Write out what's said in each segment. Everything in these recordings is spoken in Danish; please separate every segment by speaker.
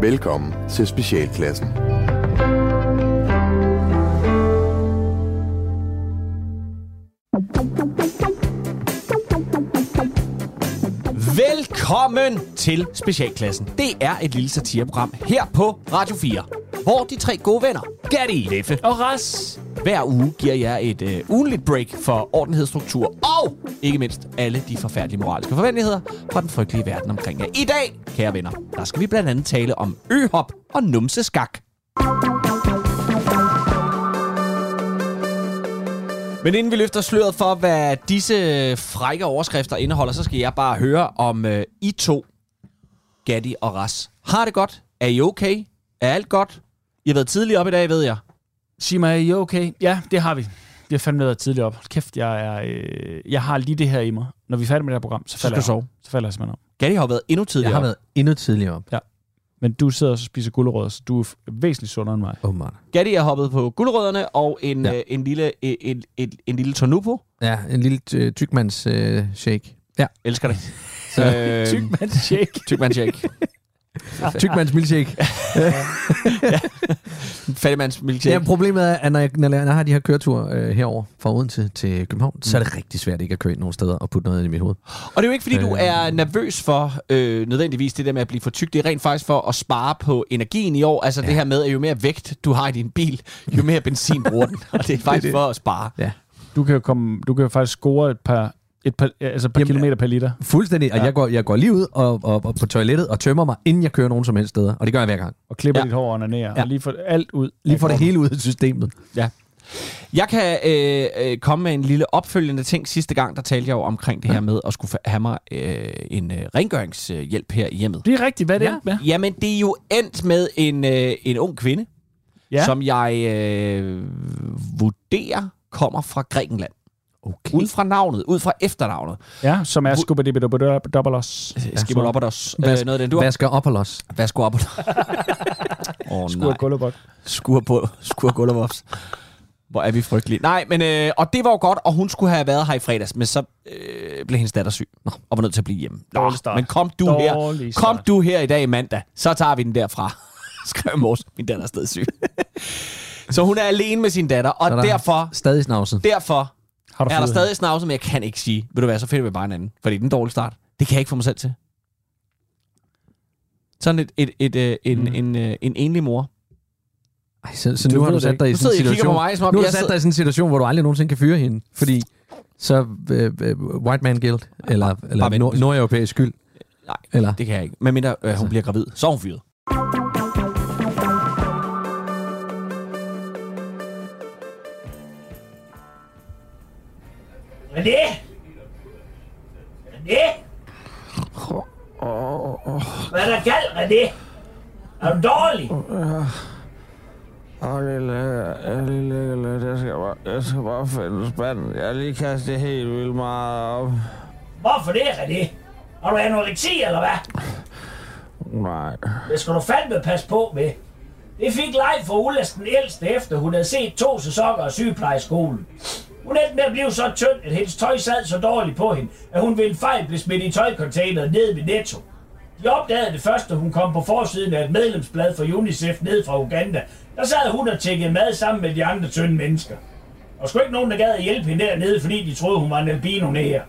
Speaker 1: Velkommen til Specialklassen.
Speaker 2: Velkommen til Specialklassen. Det er et lille satireprogram her på Radio 4, hvor de tre gode venner, Gatti, Leffe og Ras, hver uge giver jer et øh, ugenligt break for ordenhed, struktur og ikke mindst alle de forfærdelige moralske forventeligheder fra den frygtelige verden omkring jer. I dag, kære venner, der skal vi blandt andet tale om øhop og numseskak. Men inden vi løfter sløret for, hvad disse frække overskrifter indeholder, så skal jeg bare høre om øh, I to, Gatti og Ras. Har det godt? Er I okay? Er alt godt? I har været tidligt op i dag, ved jeg.
Speaker 3: Sig mig, er I okay? Ja, det har vi. Vi har fandme været tidligt op. Hold Kæft, jeg, er, øh, jeg har lige det her i mig. Når vi er færdige med det her program, så falder
Speaker 2: skal
Speaker 3: jeg
Speaker 2: du
Speaker 3: om. Så falder jeg simpelthen om.
Speaker 2: Gatti har jo været endnu tidligere.
Speaker 4: Jeg har været endnu tidligere op.
Speaker 3: Men du sidder også og spiser gulerødder, så du er f- væsentligt sundere end mig.
Speaker 4: Oh, man.
Speaker 2: Gatti er hoppet på guldrødderne og en, ja.
Speaker 4: Ja.
Speaker 2: øh, en lille, en, en, en, en lille tonupo.
Speaker 4: Ja, en lille øh, tykmands øh, shake. Ja,
Speaker 2: Elsker det. øh,
Speaker 3: Tykmand shake.
Speaker 2: Tykmandshake.
Speaker 4: tykmands milkshake.
Speaker 2: Fattigmands milkshake.
Speaker 4: ja, problemet er, at når jeg, når jeg, når jeg har de her køreture øh, herover fra Odense til København, mm. så er det rigtig svært ikke at køre ind nogen steder og putte noget ind i mit hoved.
Speaker 2: Og det er jo ikke, fordi du
Speaker 4: Øh.
Speaker 2: er nervøs for øh, nødvendigvis det der med at blive for tyk. Det er rent faktisk for at spare på energien i år. Altså ja. det her med, at jo mere vægt du har i din bil, jo mere benzin bruger den. Og det er faktisk det er det. for at spare.
Speaker 4: Ja.
Speaker 3: Du kan jo, komme, du kan jo faktisk score et par, et par, altså et par
Speaker 4: Jamen,
Speaker 3: kilometer per liter.
Speaker 4: Fuldstændig, og ja. jeg, går, jeg går lige ud og, og, og på toilettet og tømmer mig, inden jeg kører nogen som helst steder. Og det gør jeg hver gang.
Speaker 3: Og klipper
Speaker 2: Ja.
Speaker 3: ja. dit hår under ned,
Speaker 4: Ja.
Speaker 3: og lige får alt ud.
Speaker 4: Lige får det hele ud af systemet.
Speaker 2: Jeg kan øh, øh, komme med en lille opfølgende ting. Sidste gang, der talte jeg jo omkring det her med at skulle fa- have mig øh, en øh, rengøringshjælp her i hjemmet.
Speaker 3: Det er rigtigt, hvad det ja.
Speaker 4: Ja.
Speaker 3: er med.
Speaker 2: Jamen, det er jo endt med en, øh, en ung kvinde, ja.
Speaker 3: Ja.
Speaker 2: som jeg øh, vurderer kommer fra Grækenland.
Speaker 4: Okay.
Speaker 2: Ud fra navnet, ud fra efternavnet.
Speaker 3: Ja, som er skubber det bedre dobbeltos.
Speaker 2: Skipper op og os. Øh,
Speaker 4: Vask-
Speaker 2: noget af den du har.
Speaker 4: Vasker op og los.
Speaker 2: Hvad skulle op og Åh
Speaker 3: Skur
Speaker 2: nej.
Speaker 3: og gulerødder.
Speaker 2: Skur på. Skur gulvvops. Hvor er vi frygtelige. Nej, men øh, og det var jo godt, og hun skulle have været her i fredags, men så øh, blev hendes datter syg og var nødt til at blive hjemme. Nå,
Speaker 3: Dårlig start.
Speaker 2: men kom du her.
Speaker 3: Dårlig
Speaker 2: Kom
Speaker 3: start.
Speaker 2: du her i dag mandag, så tager vi den derfra. Skrev Mors, min datter er stadig syg. så hun er alene med sin datter, og
Speaker 4: Så der er
Speaker 2: derfor,
Speaker 4: Stadig snavset.
Speaker 2: derfor
Speaker 3: Har du
Speaker 2: er der
Speaker 3: fået-
Speaker 2: stadig snavse, men jeg kan ikke sige, ved du hvad, så finder vi bare en anden. Fordi det er en dårlig start. Det kan jeg ikke få mig selv til. Sådan et, et, et, øh, en, mm. en, øh, en enlig mor.
Speaker 4: Ej, så, så
Speaker 3: Du
Speaker 4: nu har
Speaker 3: ved
Speaker 4: du
Speaker 3: det
Speaker 4: sat dig i
Speaker 2: Nu
Speaker 4: sådan
Speaker 2: sidder I
Speaker 4: en
Speaker 2: og kigger
Speaker 4: situation.
Speaker 2: på mig, som om
Speaker 4: Nu har
Speaker 2: jeg
Speaker 4: du sat
Speaker 2: sidder...
Speaker 4: dig i sådan en situation, hvor du aldrig nogensinde kan fyre hende, fordi så øh, øh, White Man Guild, eller,
Speaker 2: bare
Speaker 4: eller
Speaker 2: vent.
Speaker 4: nord, nordeuropæisk skyld.
Speaker 2: Nej,
Speaker 4: Eller,
Speaker 2: Det kan jeg ikke. Men mindre øh, hun bliver gravid, så er hun fyret.
Speaker 5: René! René! Hvad er der galt, René? Er du dårlig?
Speaker 6: Åh, lille, øh, lille, lille, jeg skal bare, jeg skal bare finde spanden. Jeg har lige kastet helt vildt meget op.
Speaker 5: Hvorfor det, René? Har du anoreksi, eller hvad?
Speaker 6: Nej.
Speaker 5: Det skal du fandme passe på med. Det fik Leif fra Ullas den ældste efter, hun havde set to sæsoner af sygeplejeskolen. Hun endte med at blive så tynd, at hendes tøj sad så dårligt på hende, at hun ved en fejl blev smidt i tøjcontaineren ned ved Netto. De opdagede det første, hun kom på forsiden af et medlemsblad for UNICEF ned fra Uganda. Der sad hun og tjekkede mad sammen med de andre tynde mennesker. Og sgu ikke nogen, der gad at hjælpe hende dernede, fordi de troede, hun var en albino nære.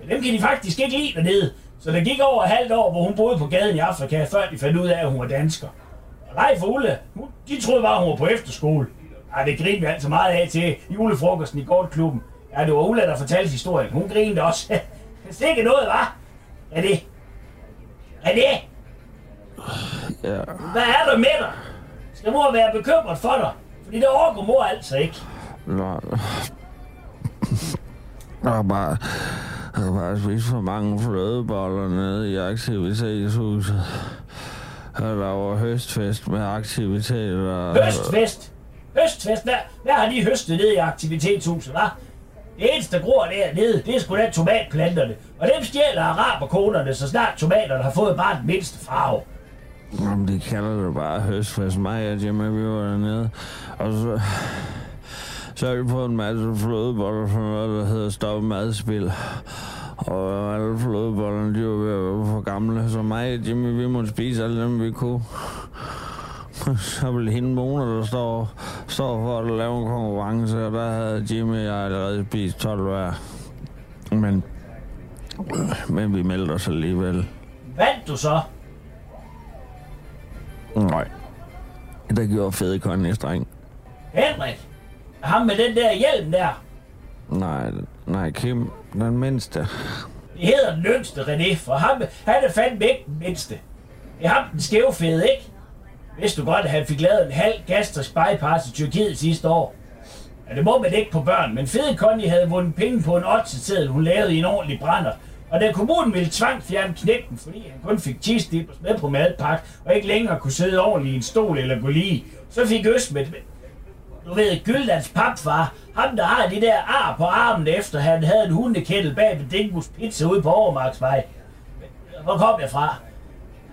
Speaker 5: Men dem kan de faktisk ikke lide dernede. Så der gik over et halvt år, hvor hun boede på gaden i Afrika, før de fandt ud af, at hun var dansker. Og Leif og Ulla, hun, de troede bare, hun var på efterskole. Ej, det grinede vi altså meget af til julefrokosten i gårdklubben. Ja, det var Ulla, der fortalte historien. Hun grinede også. Sikke noget, var? Er det? Er det?
Speaker 6: Ja.
Speaker 5: Hvad er der med dig? Skal mor være bekymret for dig? Fordi det overgår mor altså ikke.
Speaker 6: Nej. Jeg har bare, jeg har bare spist for mange flødeboller nede i aktivitetshuset. Og der var høstfest med aktiviteter.
Speaker 5: Høstfest! Høstfest! Hvad, hvad har de høstet ned i aktivitetshuset, hva'? Det eneste, der gror dernede, det er sgu da tomatplanterne. Og dem stjæler araberkonerne, så snart tomaterne har fået bare den mindste farve.
Speaker 6: Jamen, de kalder det bare høstfest. Mig og Jimmy, vi var dernede. Og så... Så har vi fået en masse flødeboller fra noget, der hedder Stop Madspil. Og alle flødebollerne, de var ved at være for gamle. Så mig og Jimmy, vi måtte spise alle dem, vi kunne. Så ville hende Mona, der står, står for at lave en konkurrence, og der havde Jimmy og jeg allerede spist 12 hver. Men, men vi meldte os alligevel.
Speaker 5: Vandt du så?
Speaker 6: Nej. Der gjorde fede Conny streng.
Speaker 5: Henrik? Ham med den der hjelm der?
Speaker 6: Nej, nej, Kim, den mindste.
Speaker 5: Det hedder den yngste, René, for ham, han er fandme ikke den mindste. Det er ham den skæve fede, ikke? Vidste du godt, at han fik lavet en halv gastrisk bypass i Tyrkiet sidste år? Ja, det må man ikke på børn, men fede Conny havde vundet penge på en oddseteddel, hun lavede i en ordentlig brænder. Og da kommunen ville tvangfjerne knægten, fordi han kun fik tistippers med på madpakke, og ikke længere kunne sidde ordentligt i en stol eller gå lige, så fik Østmed, du ved, Gyldans papfar, ham der har de der ar på armen efter, han havde en hundekettel bag ved Dingus Pizza ude på Overmarksvej. Hvor kom jeg fra?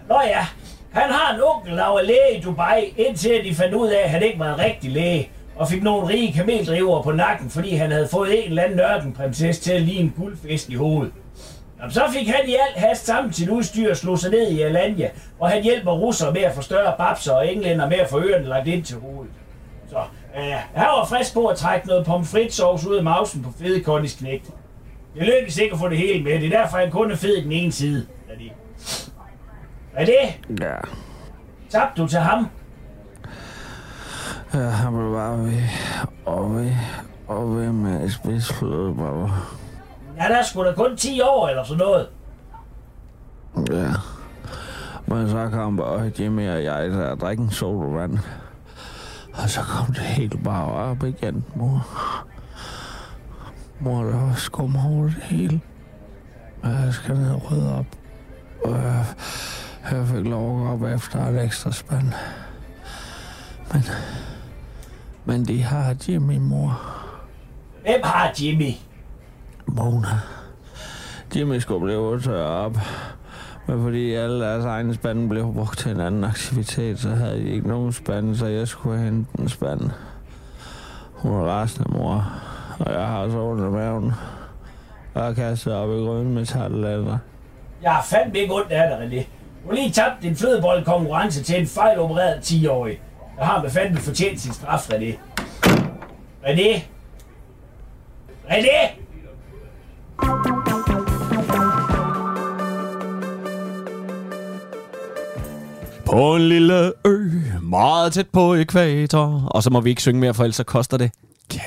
Speaker 5: Nå ja, han har en onkel, der var læge i Dubai, indtil de fandt ud af, at han ikke var en rigtig læge, og fik nogle rige kameldriver på nakken, fordi han havde fået en eller anden ørkenprinsesse til at ligne en guldfisk i hovedet. Jamen, så fik han i alt hast sammen sit udstyr og slog sig ned i Alanya, og han hjælper russere med at få større babser og englænder med at få ørerne lagt ind til hovedet. Så øh, han var frisk på at trække noget pomfritsovs ud af mausen på fede Connys knægt. Det lykkedes ikke at få det hele med, det er derfor, han kun er fed i den ene side. Er det? Er det?
Speaker 6: Ja.
Speaker 5: Tabte du til ham?
Speaker 6: Ja, han blev bare ved og ved og ved med at spise flødeboller.
Speaker 5: Ja, der skulle da kun 10 år eller sådan noget.
Speaker 6: Ja. Men så kom bare Jimmy og jeg til at drikke en sodavand. Og så kom det helt bare op igen, mor. Mor, der var skum over det hele. Og jeg skal ned og rydde op. Og jeg, jeg fik lov at gå op efter et ekstra spand. Men, men de har Jimmy, mor.
Speaker 5: Hvem har Jimmy?
Speaker 6: Mona. Jimmy skulle blive tørret op. Men fordi alle deres egne spande blev brugt til en anden aktivitet, så havde de ikke nogen spande, så jeg skulle hente en spand. Hun er rasende, mor. Og jeg har så ondt i maven. Og jeg kastet op i grønne metallander.
Speaker 5: Jeg har fandme ikke ondt af dig, René. Du har lige tabt din flødeboldkonkurrence til en fejlopereret 10-årig. Jeg har med fandme fortjent sin straf, René. René? René?
Speaker 2: På en lille ø, meget tæt på ekvator. Og så må vi ikke synge mere, for ellers så koster det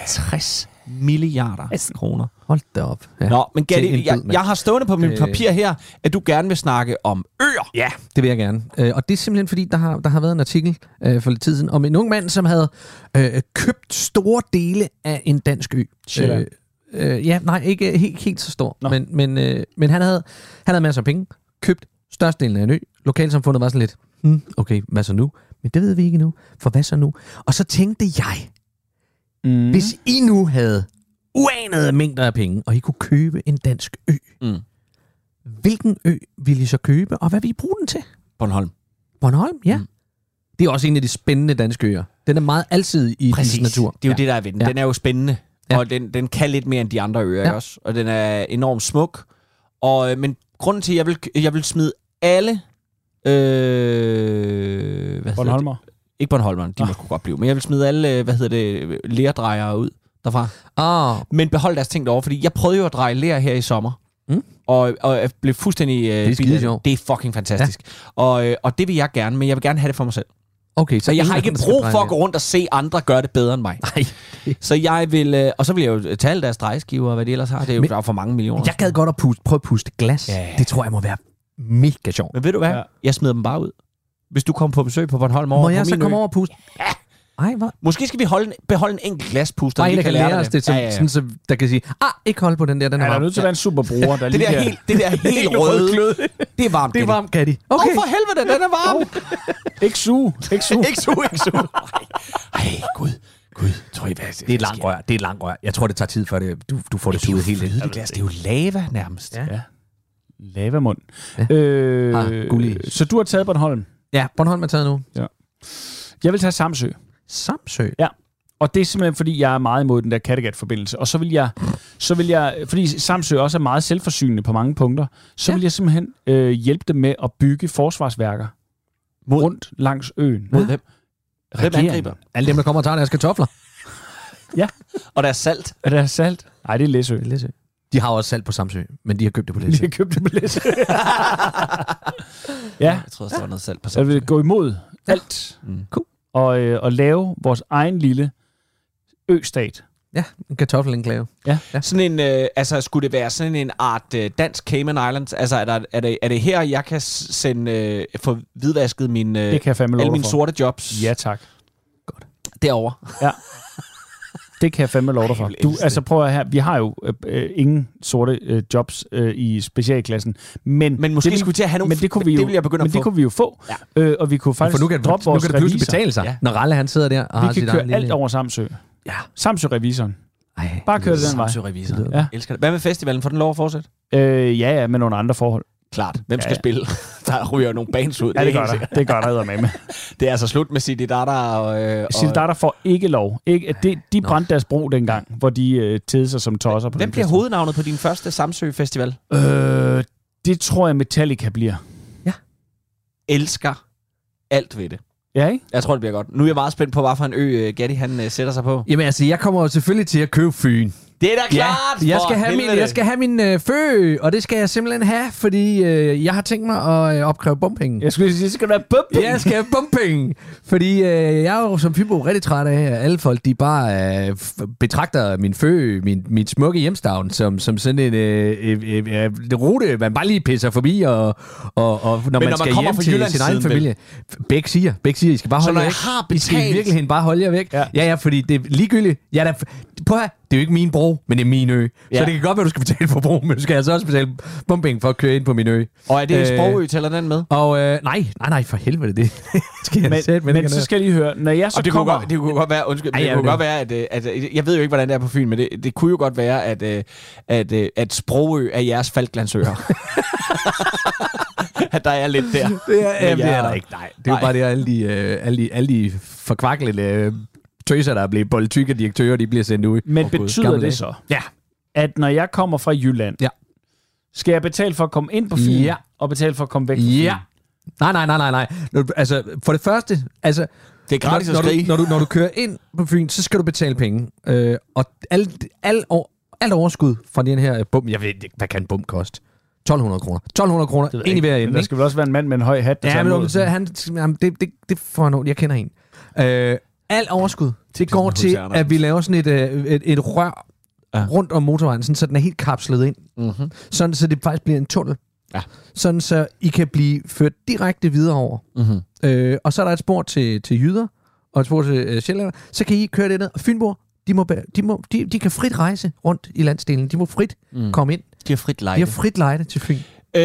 Speaker 2: 60 milliarder
Speaker 4: Altså,
Speaker 2: kroner.
Speaker 4: Hold da op. Ja.
Speaker 2: Nå, men
Speaker 4: Til en
Speaker 2: Gatti,
Speaker 4: død
Speaker 2: jeg,
Speaker 4: mand.
Speaker 2: jeg har stående på min
Speaker 4: Øh.
Speaker 2: papir her, at du gerne vil snakke om øer.
Speaker 4: Ja, det vil jeg gerne. Øh, og det er simpelthen fordi, der har, der har været en artikel øh, for lidt tid siden om en ung mand, som havde øh, købt store dele af en dansk ø.
Speaker 3: Sjælland.
Speaker 4: Øh, øh, ja, nej, ikke øh, helt, helt så stor.
Speaker 3: Nå.
Speaker 4: Men, men, øh, men han, havde, han havde masser af penge, købt størstedelen af en ø. Lokalsamfundet var sådan lidt, hmm, okay, hvad så nu? Men det ved vi ikke nu, for hvad så nu? Og så tænkte jeg,
Speaker 3: Mm.
Speaker 4: hvis I nu havde uanede mængder af penge, og I kunne købe en dansk ø,
Speaker 2: Mm.
Speaker 4: hvilken ø ville I så købe, og hvad ville I bruge den til?
Speaker 2: Bornholm.
Speaker 4: Bornholm, ja. Mm. Det er også en af de spændende danske øer. Den er meget alsidig i dens natur.
Speaker 2: Det er jo ja. det, der er ved den.
Speaker 4: Ja.
Speaker 2: Den er jo spændende,
Speaker 4: Ja.
Speaker 2: ja. og den, den kan lidt mere end de andre øer
Speaker 4: Ja.
Speaker 2: ja. også. Og den er enormt smuk. Og, øh, men grunden til, at jeg vil, jeg vil smide alle... Øh, hvad hedder det?
Speaker 3: Bornholmer.
Speaker 2: Ikke Bornholmeren, de må
Speaker 4: Ah.
Speaker 2: sgu godt blive. Men jeg vil smide alle, øh, hvad hedder det, lerdrejere ud derfra.
Speaker 4: Åh,
Speaker 2: Men behold deres ting derovre, fordi jeg prøvede jo at dreje ler her i sommer.
Speaker 4: Mm.
Speaker 2: Og, og jeg blev fuldstændig... Øh, det
Speaker 4: skide sjovt.
Speaker 2: Det er fucking fantastisk. Ja. Og, øh, og det vil jeg gerne, men jeg vil gerne have det for mig selv.
Speaker 4: okay. Så
Speaker 2: Så jeg
Speaker 4: en
Speaker 2: har
Speaker 4: af
Speaker 2: ikke
Speaker 4: dem skal
Speaker 2: brug
Speaker 4: dreje
Speaker 2: for at
Speaker 4: lidt.
Speaker 2: gå rundt og se andre gøre det bedre end mig. Nej. Så jeg vil... Øh, og så vil jeg jo tage alle deres drejeskiver og hvad de ellers har. Det er jo
Speaker 4: Men-
Speaker 2: men, der er for mange millioner.
Speaker 4: Jeg gad godt at puste, prøve at puste glas.
Speaker 2: Ja.
Speaker 4: Det tror jeg må være mega sjovt.
Speaker 2: Men ved du hvad?
Speaker 3: Ja.
Speaker 2: Ja. Jeg smider dem bare ud. Hvis du kommer på besøg på Bornholm over
Speaker 4: Må
Speaker 2: på
Speaker 4: jeg så
Speaker 2: min
Speaker 4: komme
Speaker 2: ø.
Speaker 4: over og puste? Ej, hvor?
Speaker 2: Måske skal vi holde, en- beholde en enkelt glaspuster.
Speaker 4: Bare
Speaker 2: vi
Speaker 4: en, der kan lære os
Speaker 2: dig
Speaker 4: det, som, ja, ja, ja. Sådan, så der kan sige, ah, ikke holde på den der, den
Speaker 3: Ja,
Speaker 4: er
Speaker 3: der er
Speaker 4: varm.
Speaker 3: nødt til at være en superbruger, der
Speaker 2: Altså, Det
Speaker 3: lige
Speaker 2: der helt, det der helt røde, det er varmt.
Speaker 4: Det er
Speaker 2: Gitte.
Speaker 4: varmt, Gatti.
Speaker 2: Åh,
Speaker 4: Okay.
Speaker 2: oh, for helvede, den er varm.
Speaker 3: Ikke suge. Ikke suge.
Speaker 2: ikke suge, ikke suge. Ej, gud. Gud, tror I, hvad det
Speaker 4: Det er et langt rør, det er et langt rør. Jeg tror, det tager tid, før det, du, du får det
Speaker 2: Det er jo
Speaker 4: suget helt ind.
Speaker 2: flydende glas. Det er jo lava nærmest.
Speaker 4: Ja.
Speaker 2: Ja.
Speaker 3: Lavamund.
Speaker 4: Ja.
Speaker 3: Øh,
Speaker 4: Ah, gullig.
Speaker 3: så du har taget Bornholm.
Speaker 4: Ja, Bornholm er taget nu.
Speaker 3: Jeg vil tage Samsø.
Speaker 4: Samsø.
Speaker 3: Og Og det er simpelthen, fordi jeg er meget imod den der Kattegat-forbindelse. Og så vil jeg, så vil jeg fordi Samsø også er meget selvforsynende på mange punkter, så ja. vil jeg simpelthen øh, hjælpe dem med at bygge forsvarsværker mod, rundt langs øen.
Speaker 2: Mod hvem? Hvem angriber?
Speaker 4: Alle dem, der kommer og tager deres kartofler.
Speaker 2: Og der er salt.
Speaker 3: Er der salt? Nej, det er Læsø.
Speaker 4: Læsø. De har også salt på Samsø, men de har købt det på
Speaker 3: De
Speaker 4: Læsø.
Speaker 3: har købt det på Læsø. ja,
Speaker 2: Jeg tror, der står noget salt på
Speaker 3: så
Speaker 2: salt.
Speaker 3: vi vil gå imod alt
Speaker 2: Mm.
Speaker 4: Cool.
Speaker 3: og, øh, og lave vores egen lille østat.
Speaker 4: Ja, en kartoffelenklave.
Speaker 2: Sådan en, øh, altså, skulle det være sådan en art øh, dansk Cayman Islands? Altså, er, der, er, det, er det her, jeg kan s- sende, øh, få hvidvasket min, øh,
Speaker 3: Det kan jeg fandme love
Speaker 2: alle
Speaker 3: dig
Speaker 2: mine
Speaker 3: for.
Speaker 2: sorte jobs
Speaker 3: Ja, tak.
Speaker 2: derovre?
Speaker 3: Det kan jeg fandme love dig for.
Speaker 2: vil
Speaker 3: Du,
Speaker 2: elske
Speaker 3: altså
Speaker 2: det.
Speaker 3: prøv at høre her, vi har jo øh, øh, ingen sorte øh, jobs øh, i specialklassen, men,
Speaker 2: Men måske
Speaker 3: det,
Speaker 2: skulle vi til at have nogle...
Speaker 3: men det kunne vi jo,
Speaker 2: det ville jeg begynde
Speaker 3: men
Speaker 2: at få.
Speaker 3: det kunne vi jo få, ja. øh, og vi kunne faktisk
Speaker 4: For nu kan, det,
Speaker 3: droppe
Speaker 4: nu
Speaker 3: vores
Speaker 4: kan det pludselig
Speaker 3: revisor.
Speaker 4: betale sig,
Speaker 2: Ja.
Speaker 4: ja. når Ralle han sidder der og har
Speaker 3: Vi
Speaker 4: sit
Speaker 3: kan køre
Speaker 4: eget
Speaker 3: alt over Samsø.
Speaker 4: Ja.
Speaker 3: Samsø-revisoren.
Speaker 4: Ej,
Speaker 3: Bare kør det den vej.
Speaker 2: Samsø-revisoren.
Speaker 3: Ja.
Speaker 2: Ja. Elsker det. Hvad med festivalen? Får den lov at fortsætte?
Speaker 3: Øh, ja, ja, men under andre forhold.
Speaker 2: Klart. Hvem
Speaker 3: Ja,
Speaker 2: skal
Speaker 3: ja.
Speaker 2: spille? Der ryger jo nogle bands ud.
Speaker 3: Ja, det
Speaker 2: er
Speaker 3: gør
Speaker 2: helt
Speaker 3: der. Det gør der med med.
Speaker 2: sikkert. Det er altså slut med Sidi Dada og... Øh, og
Speaker 3: Sildata får ikke lov. Ikke, de, de brændte deres bro dengang, hvor de øh, tædede sig som tosser på
Speaker 2: hvem
Speaker 3: den
Speaker 2: bliver
Speaker 3: festival.
Speaker 2: hovednavnet på din første Samsø-festival?
Speaker 3: Øh, det tror jeg Metallica bliver.
Speaker 2: Elsker alt ved det.
Speaker 3: Ja, ikke?
Speaker 2: Jeg tror, det bliver godt. Nu er jeg meget spændt på, hvad for en ø øh, Gatti han øh, sætter sig på.
Speaker 4: Jamen altså, jeg kommer jo selvfølgelig til at købe Fyn.
Speaker 2: Det er da klart!
Speaker 4: jeg
Speaker 2: for
Speaker 4: skal have min,
Speaker 2: helvede.
Speaker 4: jeg skal have min øh, fø, og det skal jeg simpelthen have, fordi øh, jeg har tænkt mig at øh, opkræve bompenge.
Speaker 3: Jeg skulle lige sige, så skal der bump.
Speaker 4: Jeg skal have bompenge, fordi øh, jeg er jo som Fynbo rigtig træt af, at alle folk de bare øh, f- betragter min fø, min, min smukke hjemstavn, som, som sådan en øh, øh, øh, øh, rute, man bare lige pisser forbi, og, og, og når, man,
Speaker 2: man
Speaker 4: skal
Speaker 2: kommer
Speaker 4: hjem
Speaker 2: fra
Speaker 4: til sin
Speaker 2: Jyllandssiden,
Speaker 4: egen
Speaker 2: vel?
Speaker 4: familie. Begge siger, begge siger, I skal bare
Speaker 2: Så
Speaker 4: holde
Speaker 2: når
Speaker 4: jer
Speaker 2: jeg
Speaker 4: væk.
Speaker 2: har
Speaker 4: I skal i
Speaker 2: betalt-
Speaker 4: virkeligheden bare holde jer væk.
Speaker 3: Ja.
Speaker 4: Ja, ja, ja fordi det er ligegyldigt. Jeg er da, f- prøv at, høre, det er jo ikke min bro, men det er min ø. Ja.
Speaker 2: Ja.
Speaker 4: Så det kan godt være, du skal betale for bro, men du skal altså også betale bompenge for at køre ind på min ø.
Speaker 2: Og er det en
Speaker 4: Øh,
Speaker 2: sprogø, tæller den med?
Speaker 4: Og øh, nej, nej, nej, for helvede, det skal jeg sætte
Speaker 3: Men, men så skal jeg lige høre, når jeg så
Speaker 2: Og det kunne,
Speaker 3: kommer...
Speaker 2: godt, det kunne godt være, undskyld, men
Speaker 4: Ej,
Speaker 2: det
Speaker 4: ja,
Speaker 2: kunne
Speaker 4: det-
Speaker 2: godt være, at, øh, at, øh, jeg ved jo ikke, hvordan det er på Fyn, men det, det kunne jo godt være, at, øh, at, øh, at Sprogø er jeres Falklandsøer. at der er lidt der.
Speaker 4: Det er,
Speaker 2: jeg-
Speaker 4: jamen, det er der ikke, nej. Det er
Speaker 2: Nej.
Speaker 4: jo bare det, at alle de, øh, alle de, alle de forkvaklede øh, tøser, der er blevet boldtykke direktører, de bliver sendt ud.
Speaker 3: Men
Speaker 4: Gud.
Speaker 3: betyder
Speaker 4: Gamle
Speaker 3: det
Speaker 4: dage.
Speaker 3: så,
Speaker 4: Ja.
Speaker 3: at når jeg kommer fra Jylland,
Speaker 4: Ja.
Speaker 3: skal jeg betale for at komme ind på Fyn,
Speaker 4: Ja.
Speaker 3: og betale for at komme væk fra
Speaker 4: Ja.
Speaker 3: Fyn?
Speaker 4: Nej, nej, nej, nej, nej. Nu, altså, for det første, altså,
Speaker 2: Det er gratis
Speaker 4: når,
Speaker 2: at
Speaker 4: når, du,
Speaker 2: skrige.
Speaker 4: når, du, når du kører ind på Fyn, så skal du betale penge. Øh, og alt, alt, over, alt overskud fra den her øh, bum, jeg ved ikke, hvad kan en bum koste? 1.200 kroner. 1.200 kroner, ind i hver
Speaker 3: Men
Speaker 4: ende.
Speaker 3: Der
Speaker 4: ikke?
Speaker 3: skal vel også være en mand med en høj hat, der
Speaker 4: Ja,
Speaker 3: tager
Speaker 4: men
Speaker 3: imod.
Speaker 4: om, så han, jamen, det, det, det får han ondt. Jeg kender en. Øh, alt overskud, det går til,
Speaker 2: Andersen.
Speaker 4: at vi laver sådan et, øh, et, et rør
Speaker 2: Ja.
Speaker 4: ja. Mhm. rundt om motorvejen, sådan, så den er helt kapslet ind.
Speaker 2: Mm-hmm.
Speaker 4: Sådan, så det faktisk bliver en tunnel.
Speaker 2: Ja.
Speaker 4: Sådan, så I kan blive ført direkte videre over.
Speaker 2: Mm-hmm.
Speaker 4: Øh, og så er der et spor til, til jyder, og et spor til øh, sjællænder. Så kan I køre det ned. Og Fynborg, de, må, bæ- de, må, de, de kan frit rejse rundt i landsdelen. De må frit mm. komme ind.
Speaker 2: De har frit
Speaker 4: De
Speaker 2: lejde.
Speaker 4: har frit lejde til Fyn.
Speaker 2: Øh,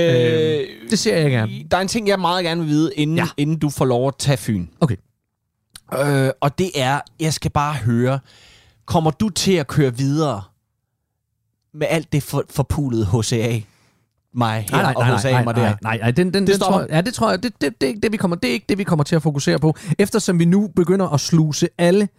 Speaker 4: Det ser jeg gerne.
Speaker 2: der er en ting, jeg meget gerne vil vide, inden, ja.
Speaker 4: Ja.
Speaker 2: inden du får lov at tage Fyn.
Speaker 4: Okay.
Speaker 2: Øh, og det er, jeg skal bare høre, kommer du til at køre videre med alt det for, forpulede HCA? Mig her,
Speaker 4: Nej, nej,
Speaker 2: og
Speaker 4: nej,
Speaker 2: HCA
Speaker 4: nej,
Speaker 2: mig
Speaker 4: nej, nej,
Speaker 2: der.
Speaker 4: nej, nej, den, den,
Speaker 2: Det
Speaker 4: den
Speaker 2: stopper.
Speaker 4: tror, jeg- ja, det tror jeg, det, det, det, er ikke det, vi kommer, det er ikke det, vi kommer til at fokusere på, eftersom vi nu begynder at sluse alle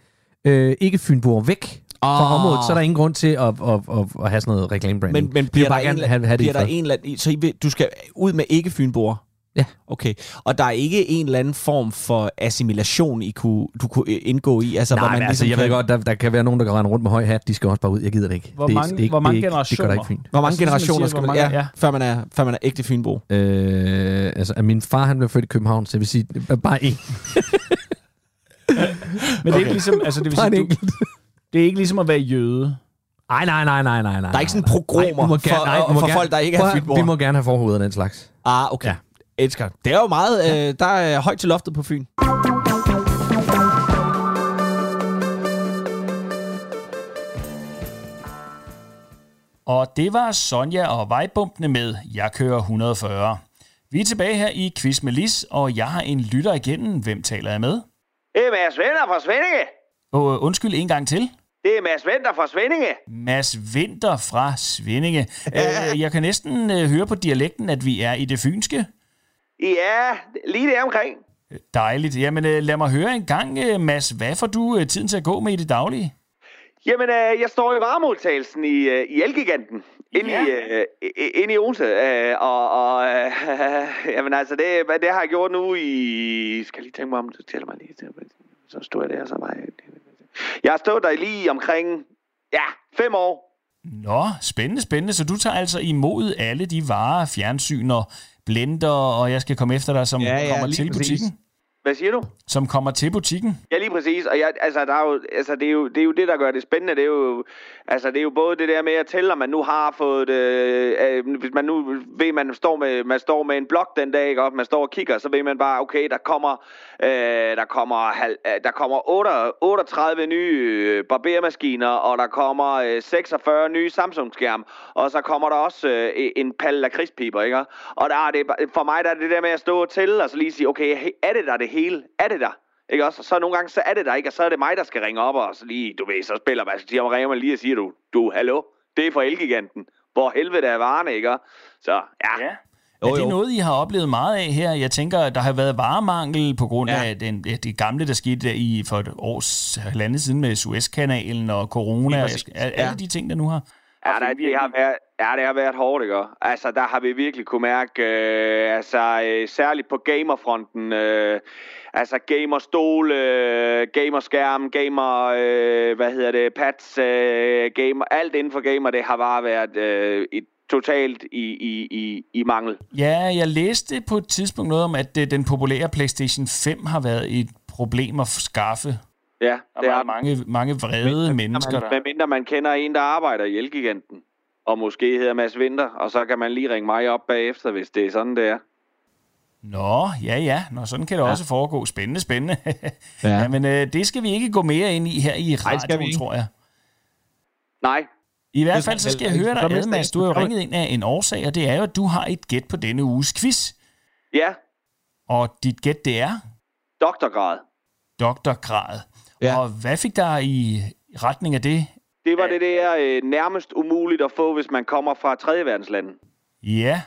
Speaker 4: øh, ikke fynboer væk fra
Speaker 2: Ah.
Speaker 4: området, så er der ingen grund til at, at, at, at, at have sådan noget reklamebranding.
Speaker 2: Men, men bliver der,
Speaker 4: bare
Speaker 2: en,
Speaker 4: gerne have, have det i
Speaker 2: bliver der
Speaker 4: fred.
Speaker 2: en eller anden, så I vil, du skal ud med ikke fynboer?
Speaker 4: Ja.
Speaker 2: Okay. Og der er ikke en eller anden form for assimilation, I kunne, du kunne øh, indgå i? Altså,
Speaker 4: Nej,
Speaker 2: hvor man
Speaker 4: men altså,
Speaker 2: ligesom
Speaker 4: jeg ved
Speaker 2: kan-
Speaker 4: godt, der, der kan være nogen, der kan rende rundt med høj hat, de skal også bare ud, jeg gider det ikke.
Speaker 3: Hvor
Speaker 4: det, er-
Speaker 3: mange-
Speaker 4: det, er ikke-
Speaker 3: hvor mange
Speaker 4: det, er ikke- Det gør der
Speaker 3: generationer?
Speaker 4: ikke fint.
Speaker 2: Hvor mange
Speaker 3: Altså, ligesom man
Speaker 2: generationer
Speaker 3: siger,
Speaker 2: skal
Speaker 3: hvor
Speaker 2: man... Ja,
Speaker 3: mange-
Speaker 2: ja.
Speaker 3: ja.
Speaker 2: Før, man er, før man er ægte fynbo.
Speaker 4: Øh, altså, at min far, han blev født i København, så det vil sige, øh, bare en.
Speaker 3: Men det er ikke ligesom, altså, det, vil
Speaker 4: Bare en
Speaker 3: sige, du,
Speaker 4: enkelt.
Speaker 3: det er ikke ligesom at være jøde.
Speaker 4: Ej, nej, nej, nej, nej, nej.
Speaker 2: Der er ikke sådan progromer for- for folk, der ikke er fynboer.
Speaker 4: Vi må gerne have forhovedet af den slags.
Speaker 2: Ah, okay. Ja.
Speaker 4: Ja.
Speaker 2: Elsker. Det er jo meget... Øh, der er højt til loftet på Fyn.
Speaker 7: Og det var Sonja og vejbumpene med Jeg kører 140. Vi er tilbage her i Quiz med Lis, og jeg har en lytter igennem. Hvem taler jeg med?
Speaker 8: Det er Mads Venter fra Svendinge.
Speaker 7: Og øh, undskyld en gang til.
Speaker 8: Det er Mads Venter fra Svendinge.
Speaker 7: Mads Vinter fra Svindinge. Øh, jeg kan næsten øh, høre på dialekten, at vi er i det fynske.
Speaker 8: Ja, lige der omkring.
Speaker 3: Dejligt. Jamen, øh, lad mig høre en gang, øh, Mads. Hvad får du øh, tiden til at gå med i det daglige?
Speaker 9: Jamen, øh, jeg står i varmeudtagelsen i, øh, i Elgiganten. Inde ja. i, øh, i- inde i Odense. Øh, og, og øh, jamen, altså, det, hvad- det har jeg gjort nu i... Skal jeg lige tænke mig om, så tæller mig lige. til- Så stod jeg der, så var jeg... Jeg har stået der lige omkring, ja, fem år.
Speaker 3: Nå, spændende, spændende. Så du tager altså imod alle de varer, fjernsyn og blender, og jeg skal komme efter dig, som
Speaker 2: Ja,
Speaker 3: ja,
Speaker 2: ja,
Speaker 3: ja, kommer
Speaker 2: lige
Speaker 3: til
Speaker 2: præcis.
Speaker 3: butikken.
Speaker 9: Hvad siger du?
Speaker 3: Som kommer til butikken.
Speaker 9: Ja, lige præcis. Og jeg, altså, der er jo, altså, det, er jo, det er jo det, der gør det spændende. Det er jo, altså, det er jo både det der med at tælle, om man nu har fået... Øh, øh, hvis man nu ved, man står med, man står med en blok den dag, ikke? og man står og kigger, så ved man bare, okay, der kommer, øh, der kommer, halv, øh, der kommer 8, 38 nye øh, barbermaskiner, og der kommer øh, 46 nye Samsung-skærm, og så kommer der også øh, en palle lakridspiber, ikke? Og der er det, bare- for mig der er det der med at stå og tælle, og så lige sige, okay, he- er det der det hele? Er det der? Ikke også? Og så nogle gange, så er det der ikke, og så er det mig, der skal ringe op og så lige, du ved, så spiller man, så siger man, ringer man lige og siger, du, du, hallo, det er for Elgiganten. Hvor helvede er varerne, ikke? Så ja. ja.
Speaker 3: Jo, er det jo. noget, I har oplevet meget af her? Jeg tænker, at der har været varemangel på grund ja. af den, ja, det gamle, der skete der i for et års halvandet siden med Suezkanalen og corona. Og jeg skal, alle ja. de ting, der nu har.
Speaker 9: Ja, der, det har været, ja, det har været hårdt, ikke? Altså, der har vi virkelig kunne mærke, øh, altså, øh, særligt på gamerfronten, øh, altså gamerstol, øh, gamerskærm, gamer, øh, hvad hedder det, pads, øh, gamer, alt inden for gamer, det har bare været øh, et, totalt i, i, i, i mangel.
Speaker 3: Ja, jeg læste på et tidspunkt noget om, at øh, den populære PlayStation 5 har været et problem at skaffe.
Speaker 9: Ja,
Speaker 3: Der
Speaker 9: det
Speaker 3: var
Speaker 9: er
Speaker 3: mange, mange vrede mennesker, der...
Speaker 9: Hvad mindre man kender en, der arbejder i Elgiganten, og måske hedder Mads Vinter, og så kan man lige ringe mig op bagefter, hvis det er sådan, det er.
Speaker 3: Nå, ja, ja. Nå, sådan kan det ja. også foregå. Spændende, spændende. ja. Jamen, øh, det skal vi ikke gå mere ind i her i radioen,
Speaker 2: ikke.
Speaker 3: tror jeg.
Speaker 9: Nej,
Speaker 3: I hvert fald, så skal jeg høre dig ad, Mads. Du har jo
Speaker 2: Så-
Speaker 3: ringet ind af en årsag, og det er jo, at du har et gæt på denne uges quiz.
Speaker 9: ja,
Speaker 3: Og dit gæt, det er
Speaker 9: doktorgrad.
Speaker 3: doktorgrad.
Speaker 2: Ja.
Speaker 3: Ja. Og hvad fik der i retning af det?
Speaker 9: Det var det der øh, nærmest umuligt at få, hvis man kommer fra tredje verdenslande.
Speaker 3: Ja.